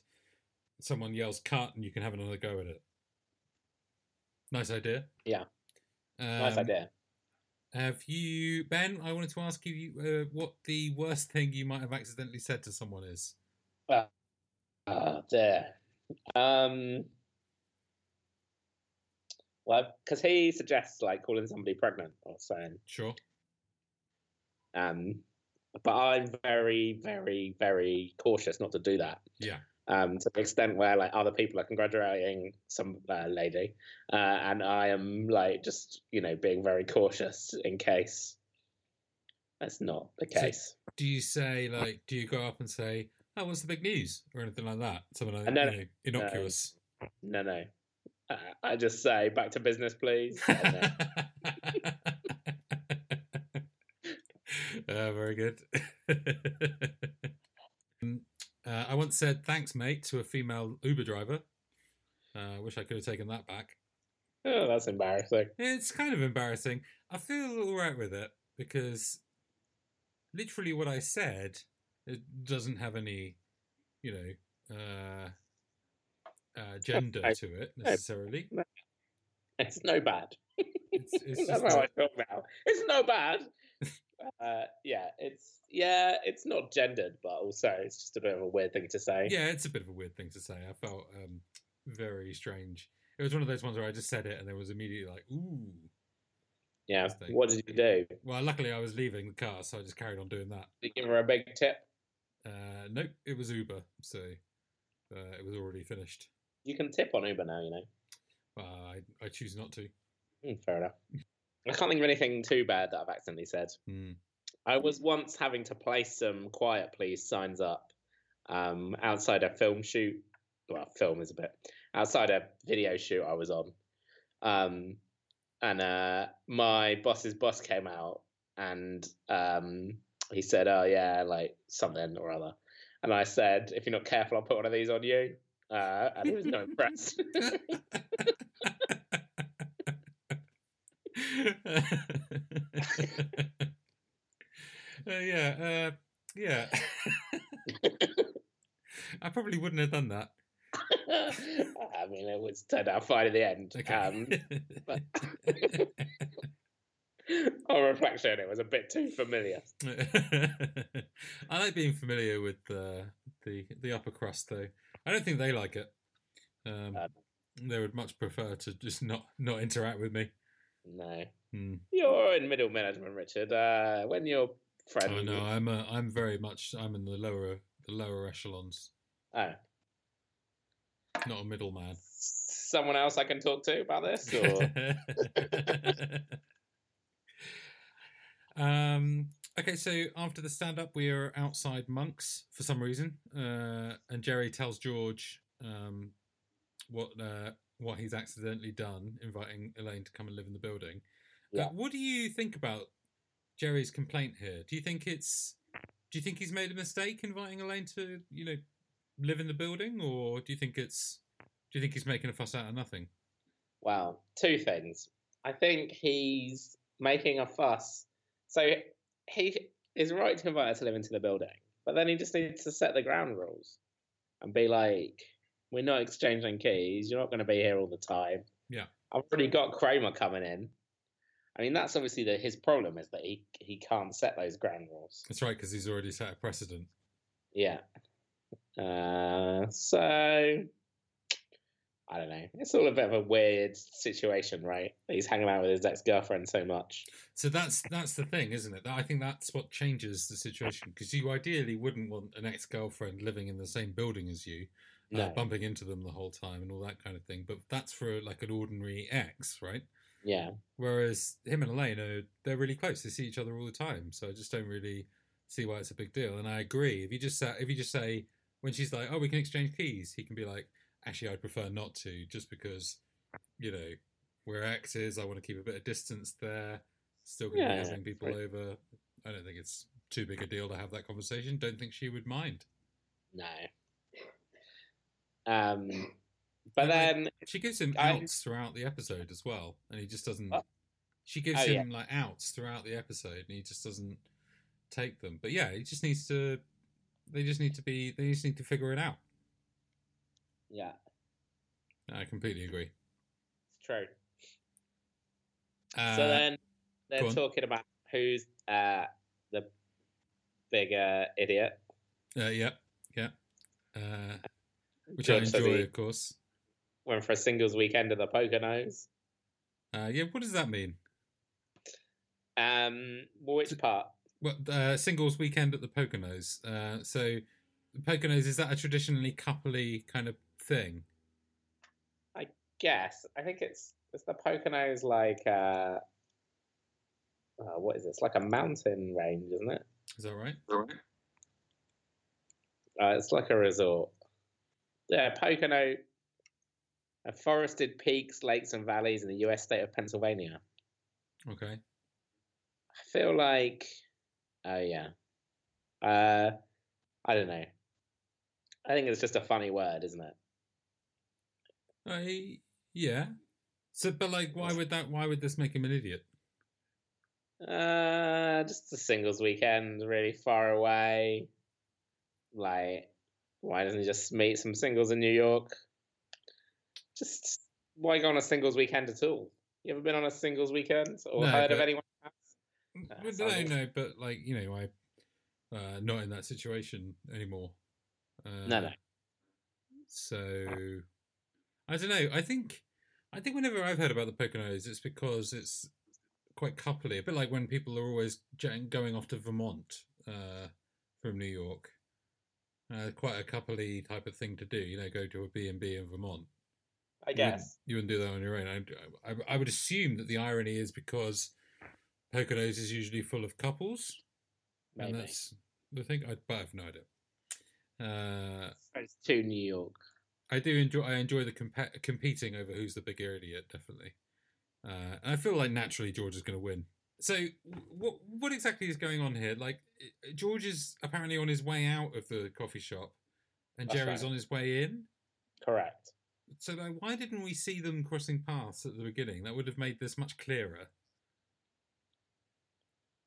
Speaker 1: someone yells "cut" and you can have another go at it. Nice idea.
Speaker 2: Yeah.
Speaker 1: Um,
Speaker 2: nice idea.
Speaker 1: Have you, Ben? I wanted to ask you uh, what the worst thing you might have accidentally said to someone is.
Speaker 2: Oh dear. Um. Well, because he suggests like calling somebody pregnant or something.
Speaker 1: Sure.
Speaker 2: Um, but I'm very, very, very cautious not to do that.
Speaker 1: Yeah.
Speaker 2: Um, to the extent where like other people are congratulating some uh, lady, uh, and I am like just you know being very cautious in case that's not the
Speaker 1: So-
Speaker 2: case.
Speaker 1: Do you say like? Do you go up and say, "Oh, what's the big news?" or anything like that? Something like
Speaker 2: Uh, no,
Speaker 1: you know, innocuous.
Speaker 2: No, no. Uh, I just say back to business, please. and then-
Speaker 1: Uh, very good. Um, uh, I once said thanks, mate, to a female Uber driver. Uh, I wish I could have taken that back.
Speaker 2: oh, that's embarrassing.
Speaker 1: It's kind of embarrassing. I feel all right with it because literally what I said it doesn't have any, you know, uh, uh, gender
Speaker 2: No.
Speaker 1: to it necessarily.
Speaker 2: It's no bad.
Speaker 1: It's, it's
Speaker 2: that's
Speaker 1: just
Speaker 2: how
Speaker 1: not-
Speaker 2: I feel now. It's no bad. uh, yeah, it's yeah, it's not gendered, but also it's just a bit of a weird thing to say.
Speaker 1: Yeah, it's a bit of a weird thing to say. I felt um, very strange. It was one of those ones where I just said it and there was immediately like, ooh.
Speaker 2: Yeah.
Speaker 1: Mistake.
Speaker 2: What did you do?
Speaker 1: Well, luckily I was leaving the car, so I just carried on doing that.
Speaker 2: Did you give her a big tip?
Speaker 1: Uh, nope, it was Uber, so uh, it was already finished.
Speaker 2: You can tip on Uber now, you know.
Speaker 1: Uh, I, I choose not to.
Speaker 2: Mm, fair enough. I can't think of anything too bad that I've accidentally said.
Speaker 1: Hmm.
Speaker 2: I was once having to place some quiet please signs up um, outside a film shoot. Well, film is a bit outside a video shoot I was on, um, and uh, my boss's boss came out and um, he said, "Oh yeah, like something or other," and I said, "If you're not careful, I'll put one of these on you." Uh, and he was not impressed.
Speaker 1: Uh, yeah, uh, yeah. I probably wouldn't have done that.
Speaker 2: I mean, it was turned out fine at the end.
Speaker 1: Okay.
Speaker 2: Um, but- on reflection, it was a bit too familiar.
Speaker 1: I like being familiar with the the the upper crust, though. I don't think they like it. Um,
Speaker 2: Uh,
Speaker 1: they would much prefer to just not not interact with me.
Speaker 2: No,
Speaker 1: Hmm.
Speaker 2: you're in middle management, Richard. Uh, when your friend,
Speaker 1: I know. I'm a, I'm very much. I'm in the lower the lower echelons,
Speaker 2: Oh,
Speaker 1: not a middleman.
Speaker 2: uh, someone else I can talk to about this, or
Speaker 1: um, okay, so after the stand up, we are outside monks for some reason, uh, and Jerry tells George um, what uh, what he's accidentally done, inviting Elaine to come and live in the building.
Speaker 2: Yeah.
Speaker 1: Uh, what do you think about Jerry's complaint here? Do you think it's do you think he's made a mistake inviting Elaine to you know live in the building, or do you think it's do you think he's making a fuss out of nothing?
Speaker 2: well, two things. I think he's making a fuss. So he is right to invite us to live into the building, but then he just needs to set the ground rules and be like, "We're not exchanging keys. You're not going to be here all the time."
Speaker 1: Yeah.
Speaker 2: I've already got Kramer coming in. I mean, that's obviously the, his problem is that he he can't set those ground rules.
Speaker 1: That's right, because he's already set a precedent.
Speaker 2: Yeah. Uh, so I don't know. It's all a bit of a weird situation, right? He's hanging out with his ex girlfriend so much.
Speaker 1: So that's that's the thing, isn't it? That- I think that's what changes the situation because you ideally wouldn't want an ex-girlfriend living in the same building as you, uh,
Speaker 2: No.
Speaker 1: bumping into them the whole time and all that kind of thing. But that's for like an ordinary ex, right?
Speaker 2: Yeah.
Speaker 1: Whereas him and Elaine are they're really close. They see each other all the time, so I just don't really see why it's a big deal. And I agree. If you just say, if you just say when she's like, "Oh, we can exchange keys," he can be like, "Actually, I'd prefer not to, just because you know we're exes. I want to keep a bit of distance there. Still going to
Speaker 2: Yeah,
Speaker 1: be having people
Speaker 2: right.
Speaker 1: over. I don't think it's too big a deal to have that conversation. Don't think she would mind.
Speaker 2: No. Um, but
Speaker 1: Yeah,
Speaker 2: then
Speaker 1: She gives him
Speaker 2: I-
Speaker 1: outs throughout the episode as well, and he just doesn't.
Speaker 2: Oh.
Speaker 1: She gives
Speaker 2: Oh, yeah.
Speaker 1: him like outs throughout the episode, and he just doesn't take them. But yeah, he just needs to. They just need to be. They just need to figure it out.
Speaker 2: yeah,
Speaker 1: I completely agree.
Speaker 2: it's true.
Speaker 1: Uh,
Speaker 2: so then
Speaker 1: go
Speaker 2: they're
Speaker 1: on.
Speaker 2: talking about who's uh, the bigger idiot.
Speaker 1: uh, yeah, yeah. Uh, which I
Speaker 2: George says
Speaker 1: enjoy,
Speaker 2: he
Speaker 1: of course.
Speaker 2: Went for a singles weekend at the Poconos.
Speaker 1: Uh, yeah, what does that mean?
Speaker 2: Um, which part?
Speaker 1: Well, uh, singles weekend at the Poconos. Uh, so, the Poconos is that a traditionally coupley kind of thing?
Speaker 2: guess. I think it's it's the Poconos like uh, uh what is it? It's like a mountain range, isn't it?
Speaker 1: Is that right?
Speaker 2: Uh, it's like a resort. Yeah, Pocono uh, forested peaks, lakes and valleys in the US state of Pennsylvania.
Speaker 1: Okay.
Speaker 2: I feel like oh yeah. Uh I don't know. I think it's just a funny word, isn't it?
Speaker 1: I yeah. So, but like, why would that? Why would this make him an idiot?
Speaker 2: Uh, just a singles weekend, really far away. Like, why doesn't he just meet some singles in New York? Just why go on a singles weekend at all? You ever been on a singles weekend or
Speaker 1: No,
Speaker 2: heard of
Speaker 1: but-
Speaker 2: anyone else
Speaker 1: Well,
Speaker 2: sounds
Speaker 1: no,
Speaker 2: awful.
Speaker 1: no, but like you know, I uh, not in that situation anymore. Uh,
Speaker 2: No, no.
Speaker 1: So I don't know. I think I think whenever I've heard about the Poconos, it's because it's quite coupley. A bit like when people are always jetting, going off to Vermont uh, from New York. Uh, quite a coupley type of thing to do, you know, go to a B and B in Vermont.
Speaker 2: I
Speaker 1: You wouldn't-
Speaker 2: guess.
Speaker 1: You wouldn't do that on your own. I, I, I would assume that the irony is because Poconos is usually full of couples.
Speaker 2: Maybe.
Speaker 1: And that's the thing. I, but I've no idea. Uh,
Speaker 2: It's to New York.
Speaker 1: I do enjoy. I enjoy the compa- competing over who's the bigger idiot. Definitely. Uh, and I feel like naturally George is going to win. So w- what what exactly is going on here? Like i- George is apparently on his way out of the coffee shop, and
Speaker 2: That's
Speaker 1: Jerry's
Speaker 2: right.
Speaker 1: on his way in.
Speaker 2: Correct.
Speaker 1: So like, why didn't we see them crossing paths at the beginning? That would have made this much clearer.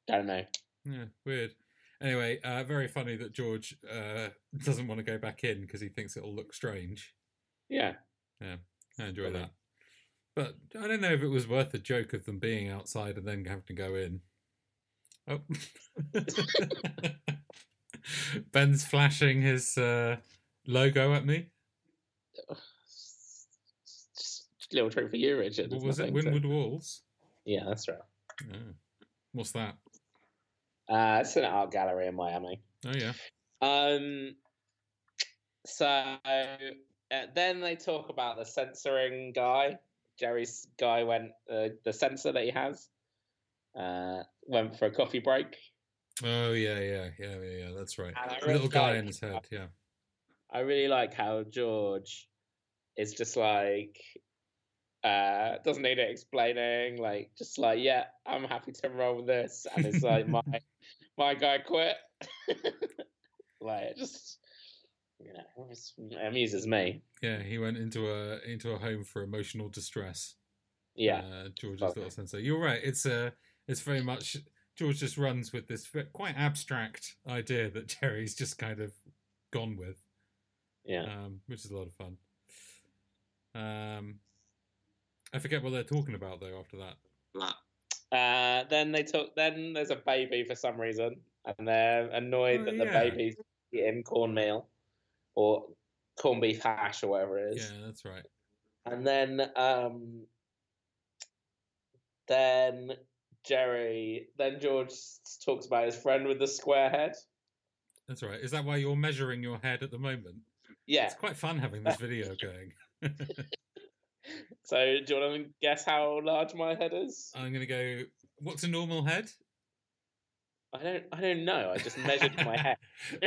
Speaker 2: Don't know.
Speaker 1: Yeah, weird. Anyway, uh, very funny that George uh, doesn't want to go back in because he thinks it'll look strange.
Speaker 2: Yeah.
Speaker 1: I enjoy
Speaker 2: Funny.
Speaker 1: that. But I don't know if it was worth the joke of them being outside and then having to go in. Oh. Ben's flashing his uh, logo at me.
Speaker 2: Just a little trick for you, Richard.
Speaker 1: What
Speaker 2: It's
Speaker 1: was it?
Speaker 2: nothing to-
Speaker 1: Winwood Walls?
Speaker 2: Yeah, that's right.
Speaker 1: Oh. What's that?
Speaker 2: Uh, it's an art gallery in Miami.
Speaker 1: Oh, yeah.
Speaker 2: Um, so uh, then they talk about the censoring guy. Jerry's guy went uh, the censor that he has uh, went for a coffee break.
Speaker 1: Oh, yeah, yeah, yeah, yeah, yeah. That's right.
Speaker 2: And I
Speaker 1: The little
Speaker 2: really
Speaker 1: guy
Speaker 2: like-
Speaker 1: in his head, yeah.
Speaker 2: I really like how George is just like uh doesn't need it explaining, like just like, yeah, I'm happy to roll with this. And it's like my my guy quit. like it just you know, it's- it amuses me.
Speaker 1: Yeah, he went into a into a home for emotional distress.
Speaker 2: Yeah.
Speaker 1: uh, George's
Speaker 2: Okay.
Speaker 1: little sensor. You're right. It's uh, it's very much George just runs with this ve- quite abstract idea that Jerry's just kind of gone with,
Speaker 2: Yeah.
Speaker 1: um, which is a lot of fun. Um, I forget what they're talking about though. After that,
Speaker 2: Uh then they took then there's a baby for some reason and they're annoyed
Speaker 1: Oh,
Speaker 2: that the
Speaker 1: yeah.
Speaker 2: baby's eating cornmeal or corned beef hash or whatever it is.
Speaker 1: yeah, that's right.
Speaker 2: And then um then Jerry then George s- talks about his friend with the square head.
Speaker 1: That's right. Is that why you're measuring your head at the moment?
Speaker 2: Yeah.
Speaker 1: It's quite fun having this video going.
Speaker 2: So do you want to guess how large my head is?
Speaker 1: I'm gonna go. What's a normal head?
Speaker 2: I don't I don't know. I just measured my head.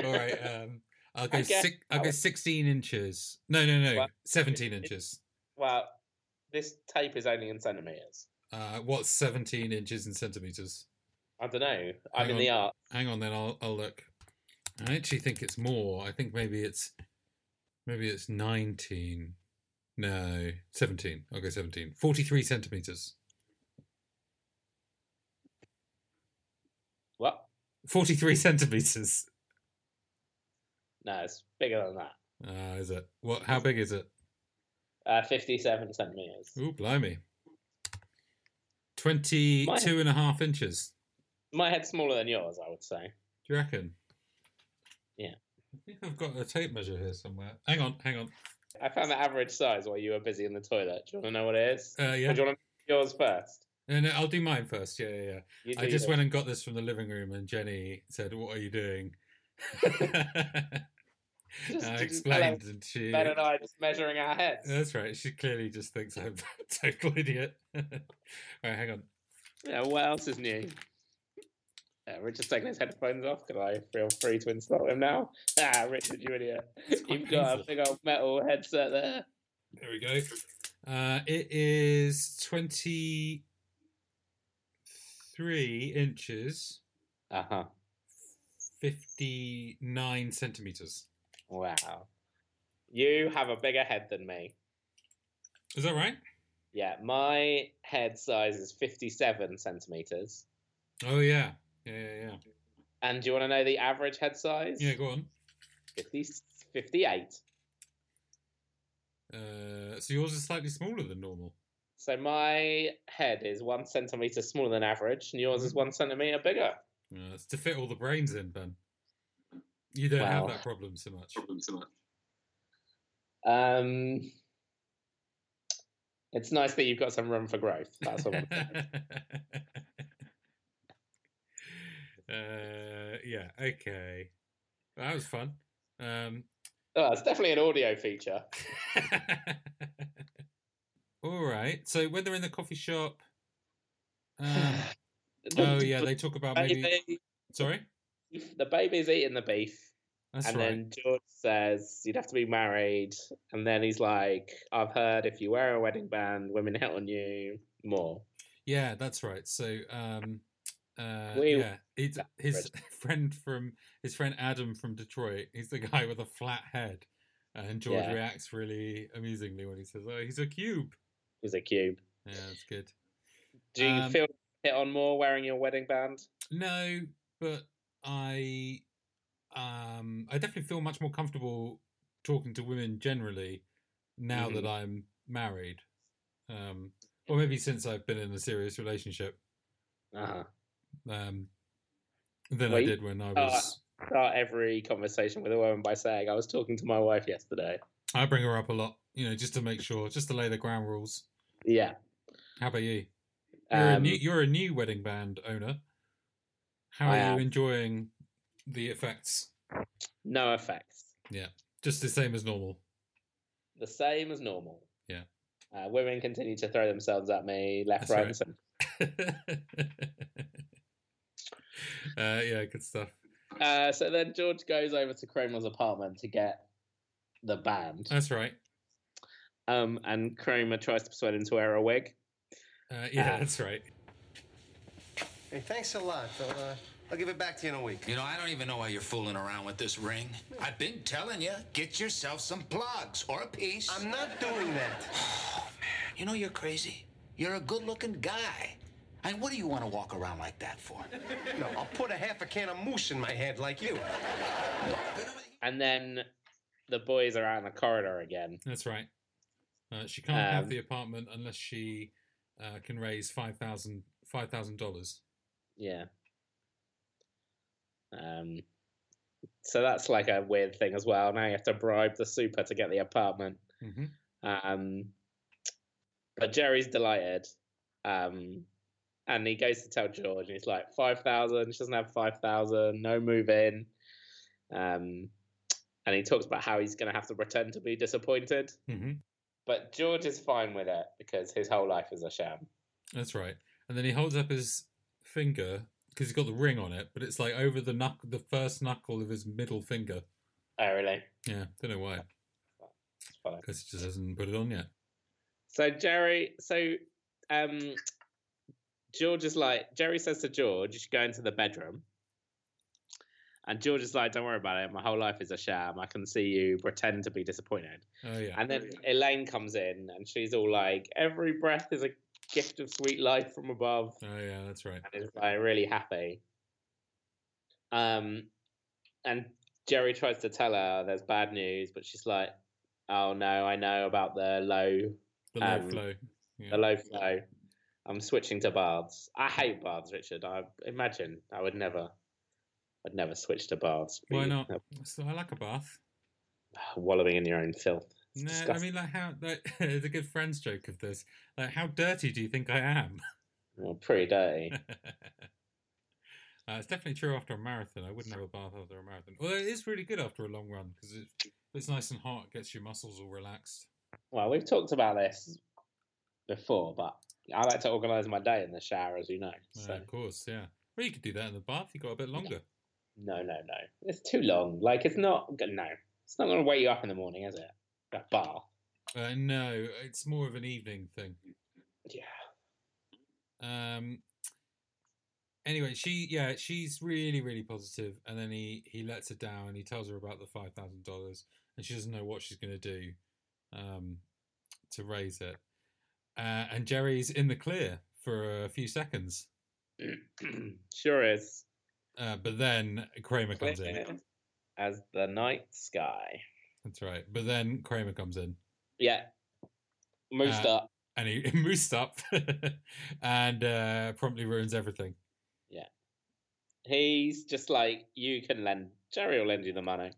Speaker 1: All right. Um, I'll go.
Speaker 2: I guess
Speaker 1: Six, I'll
Speaker 2: that
Speaker 1: go
Speaker 2: was-
Speaker 1: 16 inches. No, no, no.
Speaker 2: Well,
Speaker 1: 17
Speaker 2: it- it-
Speaker 1: inches.
Speaker 2: Well, this tape is only in centimeters.
Speaker 1: Uh, what's 17 inches in centimeters?
Speaker 2: I don't know. I'm
Speaker 1: Hang
Speaker 2: in the art.
Speaker 1: Hang on, then I'll I'll look. I actually think it's more. I think maybe it's maybe it's 19. No, 17. I'll go 17. 43 centimeters.
Speaker 2: What?
Speaker 1: 43 centimeters.
Speaker 2: No, it's bigger than that.
Speaker 1: Uh, is it? What? How big is it?
Speaker 2: Uh, 57 centimeters.
Speaker 1: Ooh, blimey. 22 and a half inches.
Speaker 2: My head's smaller than yours, I would say.
Speaker 1: Do you reckon?
Speaker 2: Yeah.
Speaker 1: I think I've got a tape measure here somewhere. Hang on, hang on.
Speaker 2: I found the average size while you were busy in the toilet. Do you want to know what it is?
Speaker 1: Uh,
Speaker 2: Or
Speaker 1: yeah.
Speaker 2: do you want to yours first?
Speaker 1: No, no, I'll do mine first. Yeah, yeah, yeah.
Speaker 2: You
Speaker 1: I
Speaker 2: do
Speaker 1: just
Speaker 2: yours.
Speaker 1: went and got this from the living room, and Jenny said, "What are you doing?"
Speaker 2: Just
Speaker 1: I
Speaker 2: didn't
Speaker 1: explained, and she.
Speaker 2: Ben and I just measuring our heads.
Speaker 1: That's right. She clearly just thinks I'm a total idiot. All right, hang on.
Speaker 2: Yeah, what else is new? Uh, Richard's taking his headphones off. Can I feel free to install him now? Ah, Richard, you idiot.
Speaker 1: quite
Speaker 2: You've got
Speaker 1: painful.
Speaker 2: a big old metal headset there.
Speaker 1: There we go. Uh, it is twenty-three inches,
Speaker 2: Uh huh.
Speaker 1: fifty-nine centimeters.
Speaker 2: Wow. You have a bigger head than me.
Speaker 1: Is that right?
Speaker 2: Yeah, my head size is 57 centimeters.
Speaker 1: Oh yeah, yeah, yeah,
Speaker 2: And do you want to know the average head size?
Speaker 1: yeah. Yeah, go on.
Speaker 2: 50, 58.
Speaker 1: Uh, so yours is slightly smaller than normal.
Speaker 2: So my head is one centimeter smaller than average, and yours is
Speaker 1: Mm-hmm.
Speaker 2: one centimeter bigger.
Speaker 1: Yeah, Uh, it's to fit all the brains in, Ben. You don't
Speaker 2: Wow.
Speaker 1: have that problem so much.
Speaker 4: Problem so much.
Speaker 2: Um, it's nice that you've got some room for growth. That's all. I'm saying.
Speaker 1: uh, yeah. Okay. That was fun. Um,
Speaker 2: oh, it's definitely an audio feature.
Speaker 1: all right. So when they're in the coffee shop, um, oh yeah, they talk about maybe.
Speaker 2: Baby-
Speaker 1: Sorry,
Speaker 2: the baby's eating the beef,
Speaker 1: that's
Speaker 2: and
Speaker 1: right.
Speaker 2: then George says you'd have to be married, and then he's like, "I've heard if you wear a wedding band, women hit on you more."
Speaker 1: Yeah, that's right. So, um, uh,
Speaker 2: We-
Speaker 1: yeah, he's, his friend from his friend Adam from Detroit. He's the guy with a flat head, and George
Speaker 2: Yeah.
Speaker 1: reacts really amusingly when he says, "Oh, he's a cube."
Speaker 2: He's a cube.
Speaker 1: Yeah, that's good.
Speaker 2: Do you
Speaker 1: Um,
Speaker 2: feel hit on more wearing your wedding band?
Speaker 1: No, but I, um, I definitely feel much more comfortable talking to women generally now
Speaker 2: Mm-hmm.
Speaker 1: that I'm married, um, or maybe since I've been in a serious relationship
Speaker 2: Uh-huh.
Speaker 1: um, than I
Speaker 2: Wait.
Speaker 1: did when I
Speaker 2: Oh, I-
Speaker 1: was.
Speaker 2: Start every conversation with a woman by saying, "I was talking to my wife yesterday."
Speaker 1: I bring her up a lot, you know, just to make sure, just to lay the ground rules.
Speaker 2: Yeah.
Speaker 1: How about you? You're, a,
Speaker 2: Um,
Speaker 1: new, you're a new wedding band owner. How
Speaker 2: I
Speaker 1: are
Speaker 2: am.
Speaker 1: you enjoying the effects?
Speaker 2: no effects.
Speaker 1: Just the same as normal.
Speaker 2: The same as normal.
Speaker 1: Yeah.
Speaker 2: Uh, women continue to throw themselves at me left,
Speaker 1: That's
Speaker 2: right,
Speaker 1: right.
Speaker 2: and centre.
Speaker 1: uh, yeah, good stuff.
Speaker 2: Uh, so then George goes over to Cramel's apartment to get the band.
Speaker 1: That's right.
Speaker 2: Um, and Kramer tries to persuade him to wear a wig.
Speaker 1: Uh, yeah,
Speaker 2: Uh,
Speaker 1: that's right.
Speaker 5: Hey, thanks a lot. I'll, uh, I'll give it back to you in a week.
Speaker 6: You know, I don't even know why you're fooling around with this ring. I've been telling you, get yourself some plugs or a piece.
Speaker 5: I'm not doing that.
Speaker 6: You know, you're crazy. You're a good looking guy. And what do you want to walk around like that for?
Speaker 5: No, I'll put a half a can of moose in my head like you.
Speaker 2: And then the boys are out in the corridor again.
Speaker 1: That's right. Uh, she can't have
Speaker 2: Um,
Speaker 1: the apartment unless she uh, can raise five thousand five thousand dollars.
Speaker 2: Yeah. Um, so that's like a weird thing as well. Now you have to bribe the super to get the apartment.
Speaker 1: Mm-hmm.
Speaker 2: Um, but Jerry's delighted. Um, and he goes to tell George, and he's like, 5,000. She doesn't have 5,000, no move in. Um, and he talks about how he's going to have to pretend to be disappointed.
Speaker 1: Mm-hmm.
Speaker 2: But George is fine with it because his whole life is a sham.
Speaker 1: That's right. And then he holds up his finger because he's got the ring on it, but it's like over the knuckle, the first knuckle of his middle finger.
Speaker 2: Oh, really?
Speaker 1: Yeah, don't know why.
Speaker 2: It's fine.
Speaker 1: Because he just hasn't put it on yet.
Speaker 2: So Jerry, so um, George is like Jerry says to George, "You should go into the bedroom." And George is like, "Don't worry about it. My whole life is a sham. I can see you pretend to be disappointed."
Speaker 1: Oh yeah,
Speaker 2: And then Elaine comes in, and she's all like, "Every breath is a gift of sweet life from above,"
Speaker 1: oh yeah, that's right.
Speaker 2: and is like really happy. Um, and Jerry tries to tell her there's bad news, but she's like, "Oh no, I know about the low
Speaker 1: The low
Speaker 2: Um,
Speaker 1: flow. Yeah.
Speaker 2: the low flow. I'm switching to bards. I hate bards, Richard. I imagine I would never, I'd never switch to bards.
Speaker 1: Why
Speaker 2: You-
Speaker 1: not? So I like a bath.
Speaker 2: Wallowing in your own filth. It's
Speaker 1: No, I
Speaker 2: disgusting.
Speaker 1: mean like how like it's a good friends joke of this. Like how dirty do you think I am?
Speaker 2: Well, pretty dirty.
Speaker 1: uh, it's definitely true after a marathon. I wouldn't have a bath after a marathon. Although it is really good after a long run because it, it's nice and hot, gets your muscles all relaxed.
Speaker 2: well, we've talked about this before, but I like to organise my day in the shower, as you know.
Speaker 1: Uh,
Speaker 2: So
Speaker 1: of course, yeah. Well, you could do that in the bath. You got a bit longer.
Speaker 2: no, no, no. It's too long. Like it's not. g- No, it's not going to wake you up in the morning, is it? That bar.
Speaker 1: Uh, no, it's more of an evening thing.
Speaker 2: Yeah.
Speaker 1: Um. Anyway, she yeah, she's really really positive, and then he he lets her down. He tells her about the five thousand dollars, and she doesn't know what she's going to do, um, to raise it. Uh, and Jerry's in the clear for a few seconds,
Speaker 2: sure is.
Speaker 1: uh, but then Kramer comes in.
Speaker 2: As the night sky.
Speaker 1: That's right. But then Kramer comes in.
Speaker 2: Yeah. Moose
Speaker 1: Uh,
Speaker 2: up.
Speaker 1: and he, he moosed up and uh, promptly ruins everything.
Speaker 2: He's just like, you can lend, Jerry will lend you the money.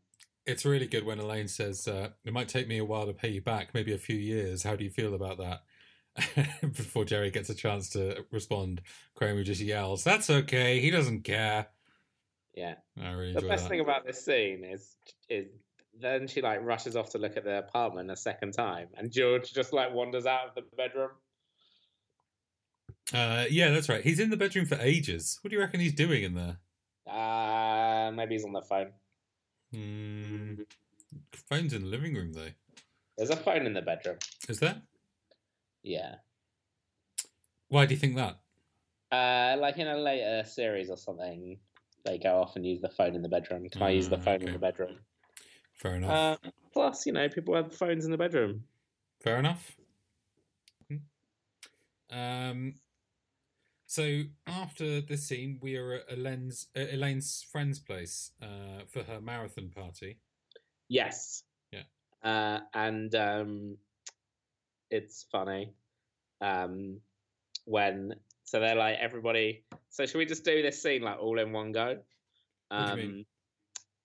Speaker 1: It's really good when Elaine says, uh, It might take me a while to pay you back, maybe a few years. How do you feel about that? Before Jerry gets a chance to respond, Kramer just yells, That's okay. He doesn't care.
Speaker 2: Yeah.
Speaker 1: I really
Speaker 2: The
Speaker 1: enjoy
Speaker 2: best
Speaker 1: that.
Speaker 2: thing about this scene is is then she like rushes off to look at the apartment a second time, and George just like wanders out of the bedroom.
Speaker 1: Uh, yeah, that's right. He's in the bedroom for ages. What do you reckon he's doing in there?
Speaker 2: Uh, maybe he's on the phone.
Speaker 1: Hmm.
Speaker 2: Mm-hmm.
Speaker 1: phone's in the living room, though.
Speaker 2: There's a phone in the bedroom.
Speaker 1: Is that?
Speaker 2: Yeah,
Speaker 1: Why do you think that?
Speaker 2: uh, like in a later series or something, they go off and use the phone in the bedroom. Can I use the
Speaker 1: Ah,
Speaker 2: phone
Speaker 1: okay.
Speaker 2: in the bedroom?
Speaker 1: Fair enough.
Speaker 2: Uh, plus, you know, people have phones in the bedroom.
Speaker 1: Fair enough. Um, so after this scene, we are at Elaine's, uh, Elaine's friend's place uh, for her marathon party.
Speaker 2: Yes.
Speaker 1: Yeah.
Speaker 2: Uh, and um, it's funny um, when so they're like everybody. So should we just do this scene like all in one go? Um,
Speaker 1: What do you mean?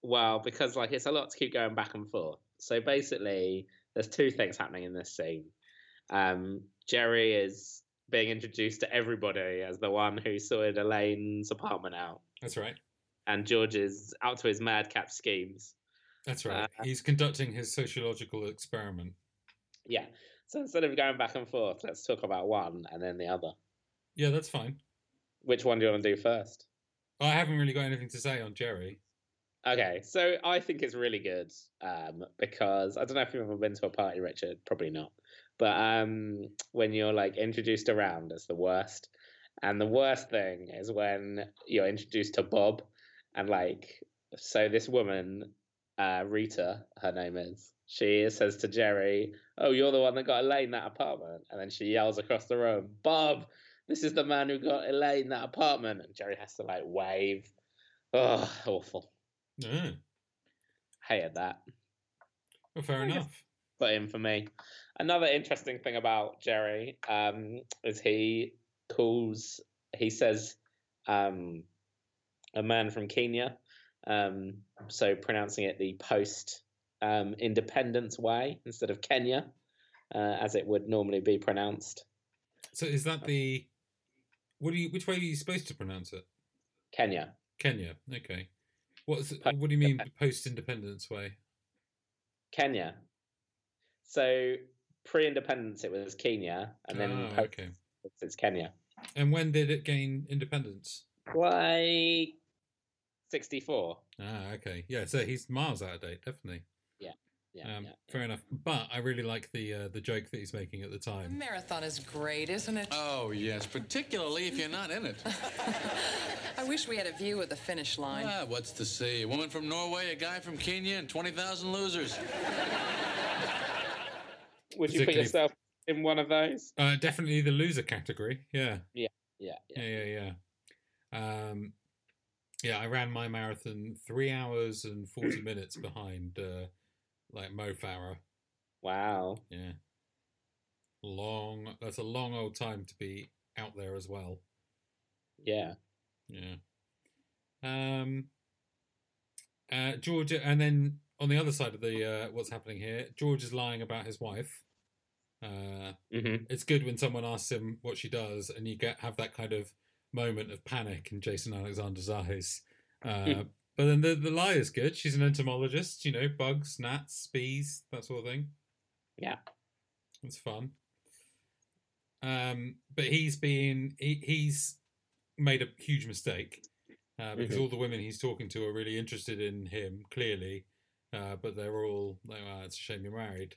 Speaker 2: Well, because like it's a lot to keep going back and forth. So basically, there's two things happening in this scene. Um, Jerry is being introduced to everybody as the one who sorted Elaine's apartment out,
Speaker 1: That's right.
Speaker 2: and George is up to his madcap schemes.
Speaker 1: That's right.
Speaker 2: Uh-huh.
Speaker 1: He's conducting his sociological experiment.
Speaker 2: Yeah. So instead of going back and forth, let's talk about one and then the other.
Speaker 1: Yeah, that's fine.
Speaker 2: Which one do you want to do first?
Speaker 1: I haven't really got anything to say on Jerry.
Speaker 2: Okay, so I think it's really good um, because I don't know if you've ever been to a party, Richard. Probably not. But um, when you're like introduced around as the worst, and the worst thing is when you're introduced to Bob, and like, so this woman, uh, Rita, her name is, she says to Jerry, "Oh, you're the one that got Elaine that apartment," and then she yells across the room, "Bob, this is the man who got Elaine that apartment," and Jerry has to like wave. Oh, awful
Speaker 1: No.
Speaker 2: hated that.
Speaker 1: Well, fair
Speaker 2: I guess-
Speaker 1: enough.
Speaker 2: But in for me. Another interesting thing about Jerry um, is he calls, he says, um, a man from Kenya. Um, so pronouncing it the post um, independence way instead of Kenya, uh, as it would normally be pronounced.
Speaker 1: So is that the what do you which way are you supposed to pronounce it?
Speaker 2: Kenya.
Speaker 1: Kenya. Okay. What's
Speaker 2: Post-
Speaker 1: what do you mean post independence way?
Speaker 2: Kenya. So pre independence, it was Kenya, and then
Speaker 1: oh,
Speaker 2: post,
Speaker 1: okay.
Speaker 2: it's Kenya.
Speaker 1: And when did it gain independence?
Speaker 2: Like 64.
Speaker 1: Ah, okay. Yeah, so he's miles out of date, definitely.
Speaker 2: Yeah,
Speaker 1: um,
Speaker 2: yeah.
Speaker 1: Fair enough. But I really like the uh, the joke that he's making at the time.
Speaker 4: Marathon is great, isn't it?
Speaker 3: Oh, yes, particularly if you're not in it.
Speaker 4: I wish we had a view of the finish line.
Speaker 3: Ah, what's to see? A woman from Norway, a guy from Kenya, and 20,000 losers.
Speaker 2: Would you put
Speaker 1: Particularly-
Speaker 2: yourself in one of those?
Speaker 1: Uh, definitely the loser category. Yeah,
Speaker 2: Yeah.
Speaker 1: yeah, yeah, yeah. Um, yeah, I ran my marathon three hours and forty minutes behind, uh, like Mo Farah.
Speaker 2: Wow.
Speaker 1: Yeah, long. That's a long old time to be out there as well.
Speaker 2: Yeah.
Speaker 1: Yeah. Um. Uh, Georgia, and then on the other side of the uh, what's happening here, George is lying about his wife. Uh,
Speaker 2: hmm
Speaker 1: it's good when someone asks him what she does, and you get have that kind of moment of panic in Jason Alexander's eyes. Uh, but then the the lie is good. She's an entomologist, you know, bugs, gnats, bees, that sort of thing.
Speaker 2: Yeah.
Speaker 1: it's fun. Um, but he's been he, he's made a huge mistake uh, because
Speaker 2: Mhm.
Speaker 1: all the women he's talking to are really interested in him, clearly. Uh, but they're all like, "Wow, it's a shame you're married."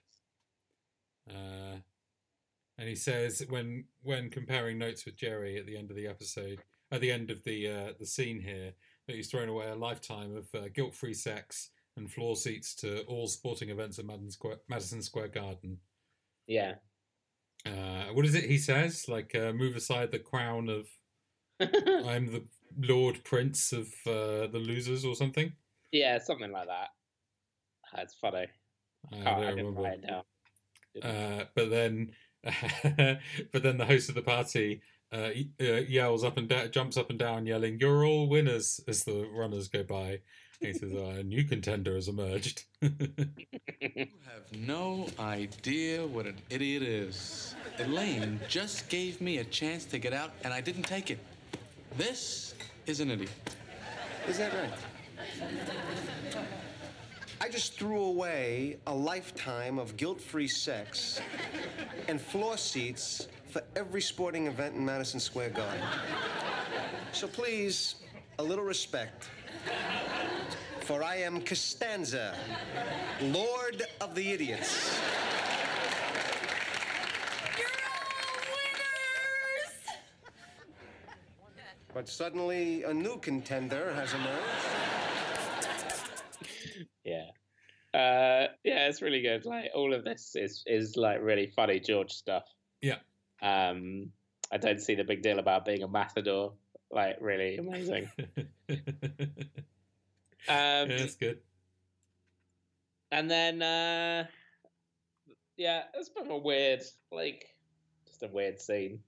Speaker 1: Uh, and he says when when comparing notes with Jerry at the end of the episode, at the end of the uh, the scene here, that he's thrown away a lifetime of uh, guilt-free sex and floor seats to all sporting events at Madison Square, Madison Square Garden.
Speaker 2: Yeah.
Speaker 1: Uh, what is it he says? Like, uh, move aside the crown of I'm the Lord Prince of uh, the losers or something.
Speaker 2: yeah, something like that. That's funny.
Speaker 1: I
Speaker 2: Oh,
Speaker 1: don't
Speaker 2: I didn't
Speaker 1: remember.
Speaker 2: write it down.
Speaker 1: Uh, but then but then the host of the party uh, y- uh, yells up and down, jumps up and down, yelling, "You're all winners!" as the runners go by. And he says, "Ah, "A new contender has emerged."
Speaker 3: I have no idea what an idiot is. Elaine just gave me a chance to get out, and I didn't take it. This is an idiot.
Speaker 5: Is that right? I just threw away a lifetime of guilt free sex and floor seats for every sporting event in Madison Square Garden. So please, a little respect. For I am Costanza, Lord of the Idiots.
Speaker 7: You're all winners!
Speaker 5: But suddenly, a new contender has emerged.
Speaker 2: yeah uh yeah it's really good like all of this is is like really funny george stuff
Speaker 1: Yeah.
Speaker 2: um i don't see the big deal about being a matador like really amazing
Speaker 1: yeah,
Speaker 2: um
Speaker 1: that's good.
Speaker 2: and then uh yeah it's a bit of a weird like just a weird scene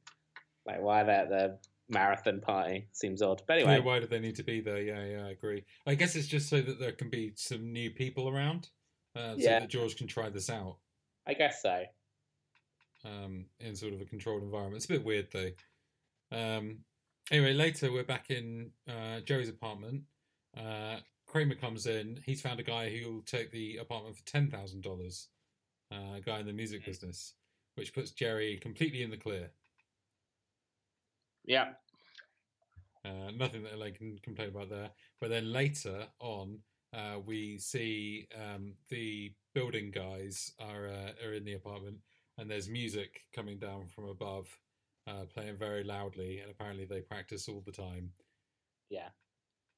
Speaker 2: like why they're at the marathon party seems odd but
Speaker 1: Yeah,
Speaker 2: anyway
Speaker 1: why do they need to be there? Yeah, yeah, I agree. I guess it's just so that there can be some new people around, uh, so
Speaker 2: Yeah.
Speaker 1: that George can try this out
Speaker 2: i guess so
Speaker 1: um, in sort of a controlled environment. It's a bit weird though. Um, anyway, later we're back in uh, Joey's apartment. Uh, Kramer comes in. He's found a guy who'll take the apartment for ten thousand dollars. A guy in the music
Speaker 2: Hmm.
Speaker 1: business, which puts Jerry completely in the clear.
Speaker 2: yeah
Speaker 1: Uh, nothing that they can complain about there. But then later on, uh, we see um, the building guys are uh, are in the apartment, and there's music coming down from above, uh, playing very loudly, and apparently they practice all the time.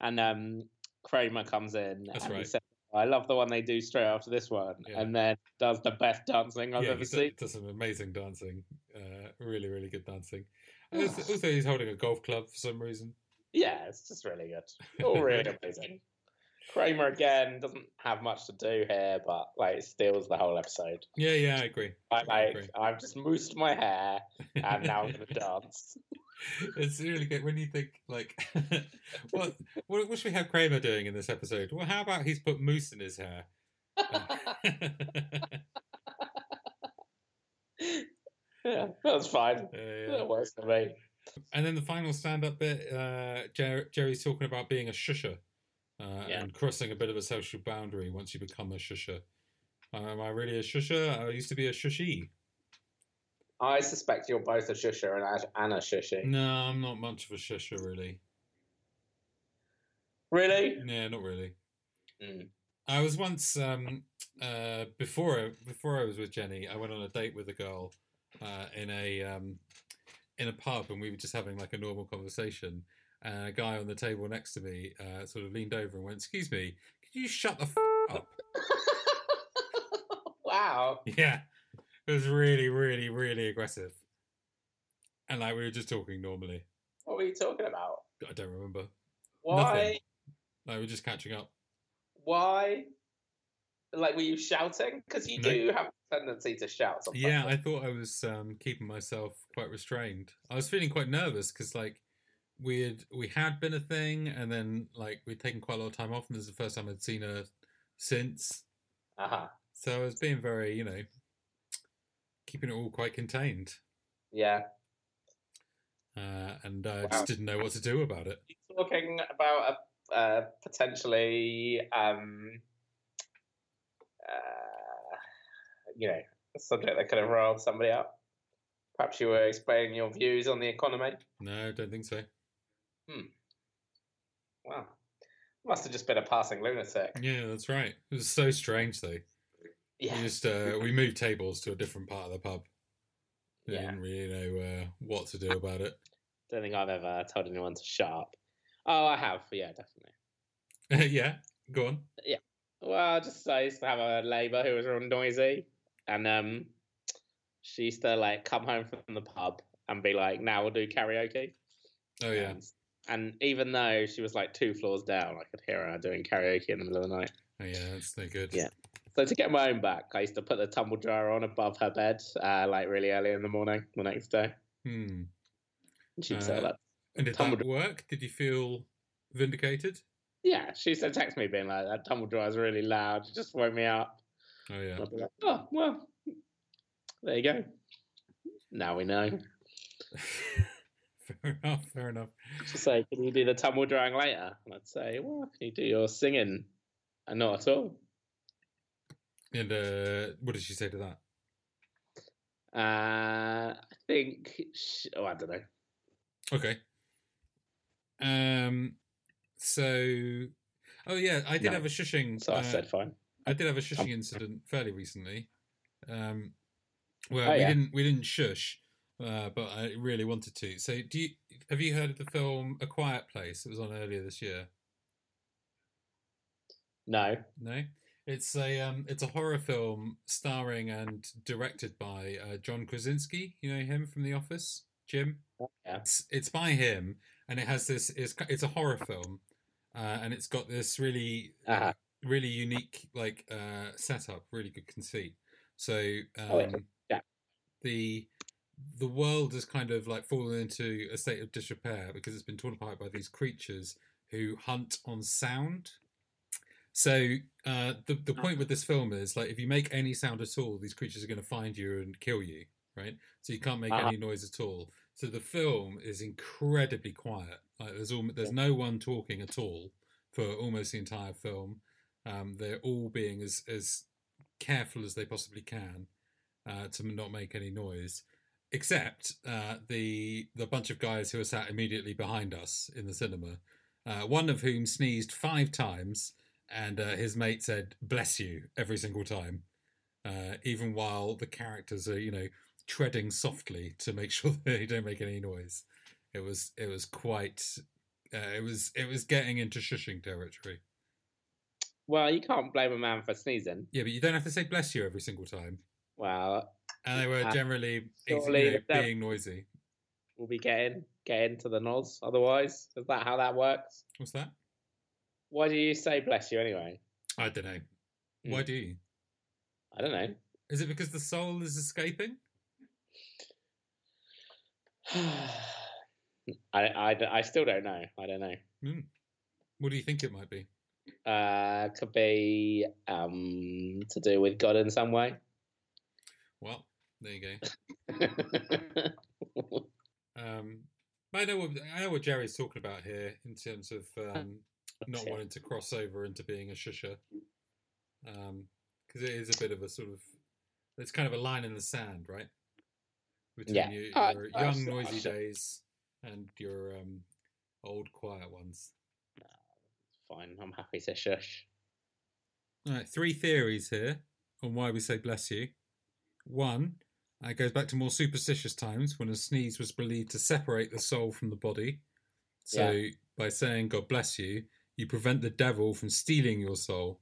Speaker 2: and um Kramer comes in
Speaker 1: That's
Speaker 2: and he
Speaker 1: right.
Speaker 2: says, "Oh, I love the one they do straight after this one
Speaker 1: Yeah.
Speaker 2: and then does the best dancing I've
Speaker 1: yeah,
Speaker 2: ever
Speaker 1: he do-
Speaker 2: seen.
Speaker 1: does some amazing dancing, uh, really, really good dancing. And there's- also, he's holding a golf club for some reason.
Speaker 2: Yeah, it's just really good. All really amazing. Kramer again doesn't have much to do here, but like steals the whole episode.
Speaker 1: Yeah, yeah, I agree.
Speaker 2: I
Speaker 1: I
Speaker 2: like
Speaker 1: agree.
Speaker 2: I've just moosed my hair and now I'm gonna dance.
Speaker 1: it's really good when you think like what what what should we have Kramer doing in this episode? Well, how about he's put moose in his hair? yeah,
Speaker 2: yeah, that's fine.
Speaker 1: yeah.
Speaker 2: That works for me.
Speaker 1: And then the final stand-up bit, uh, Jer- Jerry's talking about being a shusher uh,
Speaker 2: Yeah.
Speaker 1: and crossing a bit of a social boundary once you become a shusher. Um, am I really a shusher? I used to be a shushy.
Speaker 2: I suspect you're both a shusher and Ash- and a shushy.
Speaker 1: No, I'm not much of a shusher, really.
Speaker 2: Really?
Speaker 1: Yeah, not really.
Speaker 2: Mm.
Speaker 1: I was once um, uh, before I, before I was with Jenny. I went on a date with a girl uh, in a um, in a pub, and we were just having like a normal conversation. And a guy on the table next to me uh, sort of leaned over and went, "Excuse me, could you shut the f- up?"
Speaker 2: wow.
Speaker 1: Yeah, it was really, really, really aggressive. And like we were just talking normally.
Speaker 2: What were you talking about?
Speaker 1: I don't remember.
Speaker 2: Why?
Speaker 1: Nothing. Like we were just catching up.
Speaker 2: why like were you shouting because you
Speaker 1: No.
Speaker 2: do have a tendency to shout sometimes.
Speaker 1: Yeah, I thought I was um, keeping myself quite restrained. I was feeling quite nervous because like we had we had been a thing, and then like we'd taken quite a lot of time off, and this is the first time I'd seen her since.
Speaker 2: uh-huh
Speaker 1: So I was being very, you know, keeping it all quite contained,
Speaker 2: yeah
Speaker 1: uh, and I
Speaker 2: Wow.
Speaker 1: just didn't know what to do about it.
Speaker 2: You're talking about a, a potentially um uh, you know a subject that could have riled somebody up perhaps you were explaining your views on the economy
Speaker 1: No, I don't think so.
Speaker 2: wow must have just been a passing lunatic
Speaker 1: Yeah, that's right. It was so strange though.
Speaker 2: yeah
Speaker 1: We just uh, we moved tables to a different part of the pub. We
Speaker 2: Yeah.
Speaker 1: Didn't really know uh, what to do about it.
Speaker 2: don't think i've ever told anyone to shut up oh i have yeah definitely
Speaker 1: yeah, go on.
Speaker 2: Well, just I used to have a neighbour who was real noisy, and um, she used to like come home from the pub and be like, "Now we'll do karaoke."
Speaker 1: Oh yeah.
Speaker 2: And, and even though she was like two floors down, I could hear her doing karaoke in the middle of the night.
Speaker 1: Oh, yeah, that's no good.
Speaker 2: Yeah. So to get my own back, I used to put the tumble dryer on above her bed, uh, like really early in the morning the next day.
Speaker 1: Hmm.
Speaker 2: And she'd
Speaker 1: Uh,
Speaker 2: say that.
Speaker 1: And did
Speaker 2: Tumble
Speaker 1: that work? Did you feel vindicated?
Speaker 2: Yeah, she used to text me being like, that tumble dryer's really loud. It just woke me up.
Speaker 1: Oh yeah.
Speaker 2: And I'd be like, oh, well, there you go. Now we know.
Speaker 1: fair enough. Fair enough.
Speaker 2: She'd say, can you do the tumble drying later? And I'd say, well, can you do your singing? And not at all.
Speaker 1: And uh, what did she say to that?
Speaker 2: Uh, I think, she, oh, I don't know.
Speaker 1: Okay. Um. So, oh yeah, I did
Speaker 2: No.
Speaker 1: have a shushing.
Speaker 2: So I
Speaker 1: uh,
Speaker 2: said, fine.
Speaker 1: I did have a shushing incident fairly recently. Um, well,
Speaker 2: Oh,
Speaker 1: we
Speaker 2: yeah.
Speaker 1: didn't we didn't shush, uh, but I really wanted to. So, do you have you heard of the film A Quiet Place? It was on earlier this year.
Speaker 2: No.
Speaker 1: No, it's a um, it's a horror film starring and directed by uh, John Krasinski. You know him from The Office, Jim.
Speaker 2: Yeah.
Speaker 1: It's, it's by him, and it has this. It's ki- it's a horror film, uh, and it's got this really
Speaker 2: Uh-huh.
Speaker 1: really unique like uh, setup, really good conceit. So um,
Speaker 2: Oh, yeah. Yeah.
Speaker 1: the the world has kind of like fallen into a state of disrepair because it's been torn apart by these creatures who hunt on sound. So uh, the the point with this film is like if you make any sound at all, these creatures are going to find you and kill you, right? So you can't make
Speaker 2: Uh-huh.
Speaker 1: any noise at all. So the film is incredibly quiet. Like there's all, there's no one talking at all for almost the entire film. Um, they're all being as as careful as they possibly can uh, to not make any noise, except uh, the the bunch of guys who are sat immediately behind us in the cinema. Uh, one of whom sneezed five times, and uh, his mate said "bless you" every single time, uh, even while the characters are you know treading softly to make sure they don't make any noise. It was it was quite uh, it was it was getting into shushing territory.
Speaker 2: Well, you can't blame a man for sneezing.
Speaker 1: Yeah, but you don't have to say bless you every single time.
Speaker 2: Well,
Speaker 1: And they were
Speaker 2: Uh,
Speaker 1: generally you
Speaker 2: surely
Speaker 1: know,
Speaker 2: that-
Speaker 1: being noisy.
Speaker 2: we'll be getting getting to the nods. Otherwise, is that how that works?
Speaker 1: What's that?
Speaker 2: Why do you say bless you anyway?
Speaker 1: I don't know. Why do you?
Speaker 2: I don't know.
Speaker 1: Is it because the soul is escaping?
Speaker 2: I, I, I still don't know. I don't know.
Speaker 1: What do you think it might be?
Speaker 2: Uh, could be um, to do with God in some way.
Speaker 1: Well, there you go. Um, I know what I know what Jerry's talking about here in terms of um, not
Speaker 2: Okay.
Speaker 1: wanting to cross over into being a shusher, because it is a bit of a sort of it's kind of a line in the sand, right? Between
Speaker 2: Yeah.
Speaker 1: you,
Speaker 2: Uh,
Speaker 1: your
Speaker 2: I
Speaker 1: young
Speaker 2: see- I
Speaker 1: noisy
Speaker 2: see.
Speaker 1: days and your um, old quiet ones.
Speaker 2: Fine, I'm happy to shush.
Speaker 1: All right, three theories here on why we say bless you. One, uh, it goes back to more superstitious times when a sneeze was believed to separate the soul from the body. So by saying God bless you, you prevent the devil from stealing your soul.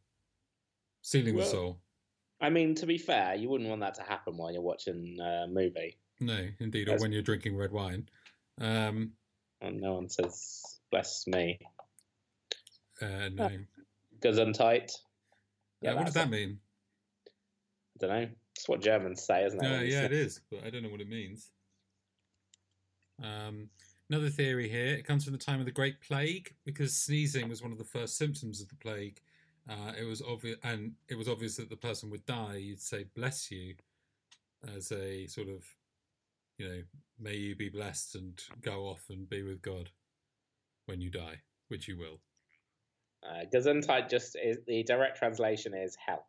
Speaker 1: Stealing
Speaker 2: Well-
Speaker 1: the soul.
Speaker 2: I mean, to be fair, you wouldn't want that to happen while you're watching a movie.
Speaker 1: No, indeed, or
Speaker 2: That's-
Speaker 1: when you're drinking red wine. Um,
Speaker 2: And no one says, bless me.
Speaker 1: uh, no. Uh,
Speaker 2: Gesundheit.
Speaker 1: what
Speaker 2: that's
Speaker 1: does
Speaker 2: it.
Speaker 1: that mean?
Speaker 2: I don't know. It's what Germans say, isn't it?
Speaker 1: No,
Speaker 2: When you
Speaker 1: Uh, yeah,
Speaker 2: sneeze?
Speaker 1: it is, but I don't know what it means. Um, another theory here: it comes from the time of the Great Plague because sneezing was one of the first symptoms of the plague. Uh, it was obvious, and it was obvious that the person would die. You'd say "bless you" as a sort of, you know, may you be blessed and go off and be with God when you die, which you will.
Speaker 2: Uh, Gesundheit just is the direct translation is health.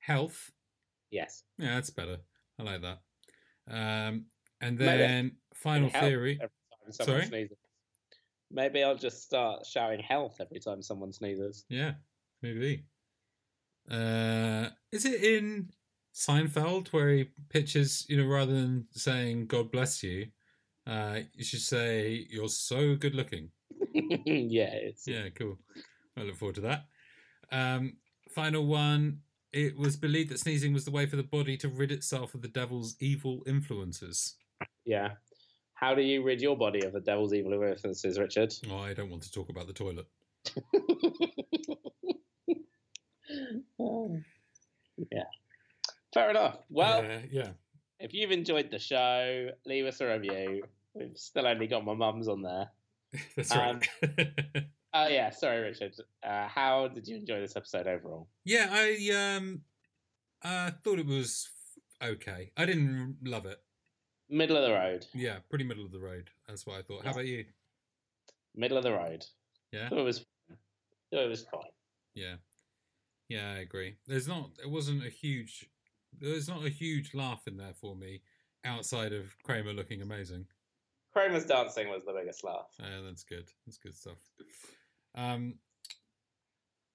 Speaker 1: Health,
Speaker 2: Yes.
Speaker 1: yeah, that's better. I like that. Um, and
Speaker 2: Maybe I
Speaker 1: then final
Speaker 2: Health
Speaker 1: theory.
Speaker 2: every time someone
Speaker 1: Sorry?
Speaker 2: sneezes. Maybe I'll just start shouting health every time someone sneezes.
Speaker 1: Yeah, maybe. Uh, is it in Seinfeld where he pitches, you know, rather than saying "God bless you," uh, you should say "You're so good looking."
Speaker 2: yeah, it's
Speaker 1: Yeah, cool. I look forward to that. Um, final one. It was believed that sneezing was the way for the body to rid itself of the devil's evil influences.
Speaker 2: yeah. How do you rid your body of the devil's evil influences, Richard?
Speaker 1: Oh, I don't want to talk about the toilet.
Speaker 2: Um, yeah. Fair enough. Well,
Speaker 1: Uh, yeah.
Speaker 2: if you've enjoyed the show, leave us a review. We've still only got my mum's on there.
Speaker 1: That's right.
Speaker 2: Oh yeah, sorry, Richard. Uh, how did you enjoy this episode overall?
Speaker 1: yeah, I um, uh, thought it was okay. I didn't love it.
Speaker 2: Middle of the road.
Speaker 1: Yeah, pretty middle of the road. That's what I thought. How
Speaker 2: Yeah.
Speaker 1: about you?
Speaker 2: Middle of the road.
Speaker 1: Yeah.
Speaker 2: Thought it was. Thought it was fine.
Speaker 1: Yeah, yeah, I agree. There's not. It wasn't a huge. There's not a huge laugh in there for me, outside of Kramer looking amazing.
Speaker 2: Kramer's dancing was the biggest laugh.
Speaker 1: Uh, that's good. That's good stuff. Um,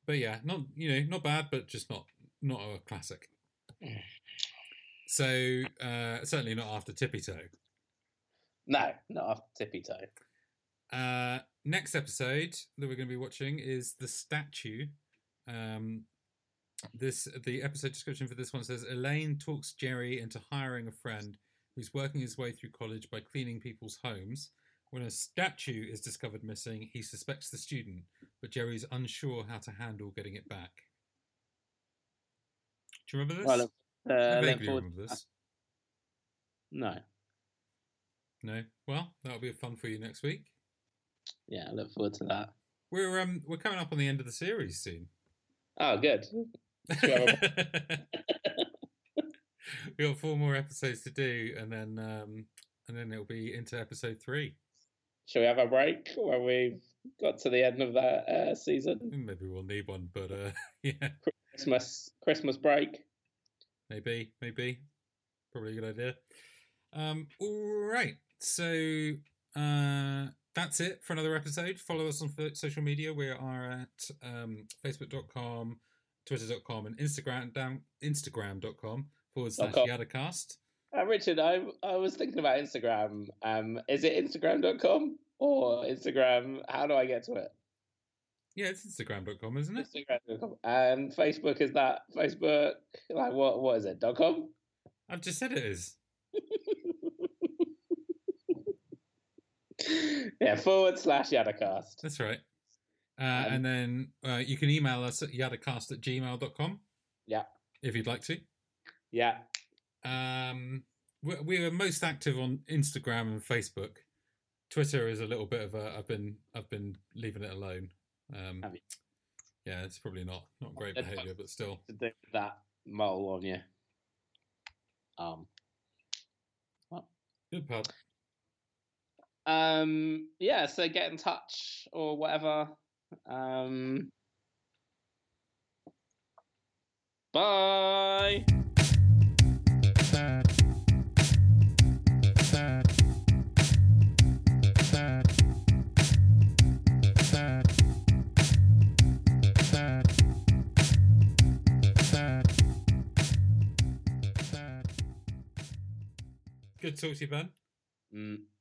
Speaker 1: but yeah, not you know not bad, but just not not a classic. So uh, certainly not after Tippy Toe.
Speaker 2: No, not after tippy toe.
Speaker 1: Uh, next episode that we're going to be watching is the statue. Um, this the episode description for this one says Elaine talks Jerry into hiring a friend who's working his way through college by cleaning people's homes. When a statue is discovered missing, he suspects the student, but Jerry's unsure how to handle getting it back. Do you remember this?
Speaker 2: Well, look,
Speaker 1: I
Speaker 2: uh, look
Speaker 1: vaguely
Speaker 2: forward-
Speaker 1: remember this.
Speaker 2: No,
Speaker 1: No. Well, that'll be fun for you next week.
Speaker 2: yeah, I look forward to that.
Speaker 1: We're um we're coming up on the end of the series soon.
Speaker 2: Oh, good.
Speaker 1: we got four more episodes to do, and then um, and then it'll be into episode three.
Speaker 2: Shall we have a break when we've got to the end of that uh, season?
Speaker 1: Maybe we'll need one, but uh, yeah,
Speaker 2: Christmas, Christmas break.
Speaker 1: maybe, maybe, probably a good idea. Um, all right, so uh, that's it for another episode. Follow us on fo- social media. We are at um, Facebook.com, Twitter.com, and Instagram down Instagram.com forward slash
Speaker 2: com.
Speaker 1: Yadacast.
Speaker 2: Uh, Richard, I I was thinking about Instagram. Um, is it Instagram.com or Instagram? How do I get to it?
Speaker 1: Yeah, it's Instagram.com, isn't it?
Speaker 2: Instagram.com and Um, Facebook is that Facebook? Like what? What is it? Dot com.
Speaker 1: I've just said it is.
Speaker 2: yeah, forward slash Yadacast.
Speaker 1: That's right. Uh,
Speaker 2: Um,
Speaker 1: and then uh, you can email us at yadacast at gmail.com.
Speaker 2: Yeah.
Speaker 1: If you'd like to.
Speaker 2: Yeah,
Speaker 1: Um, we're, we're most active on Instagram and Facebook. Twitter is a little bit of a. I've been I've been leaving it alone. Um,
Speaker 2: Have you? Oh,
Speaker 1: yeah, it's probably not not great
Speaker 2: That's
Speaker 1: behaviour, but still.
Speaker 2: to do with that mole on you. Um.
Speaker 1: Good pub.
Speaker 2: Um. Yeah. So get in touch or whatever. Um. Bye.
Speaker 1: Good talk to you, Ben.
Speaker 2: Mm.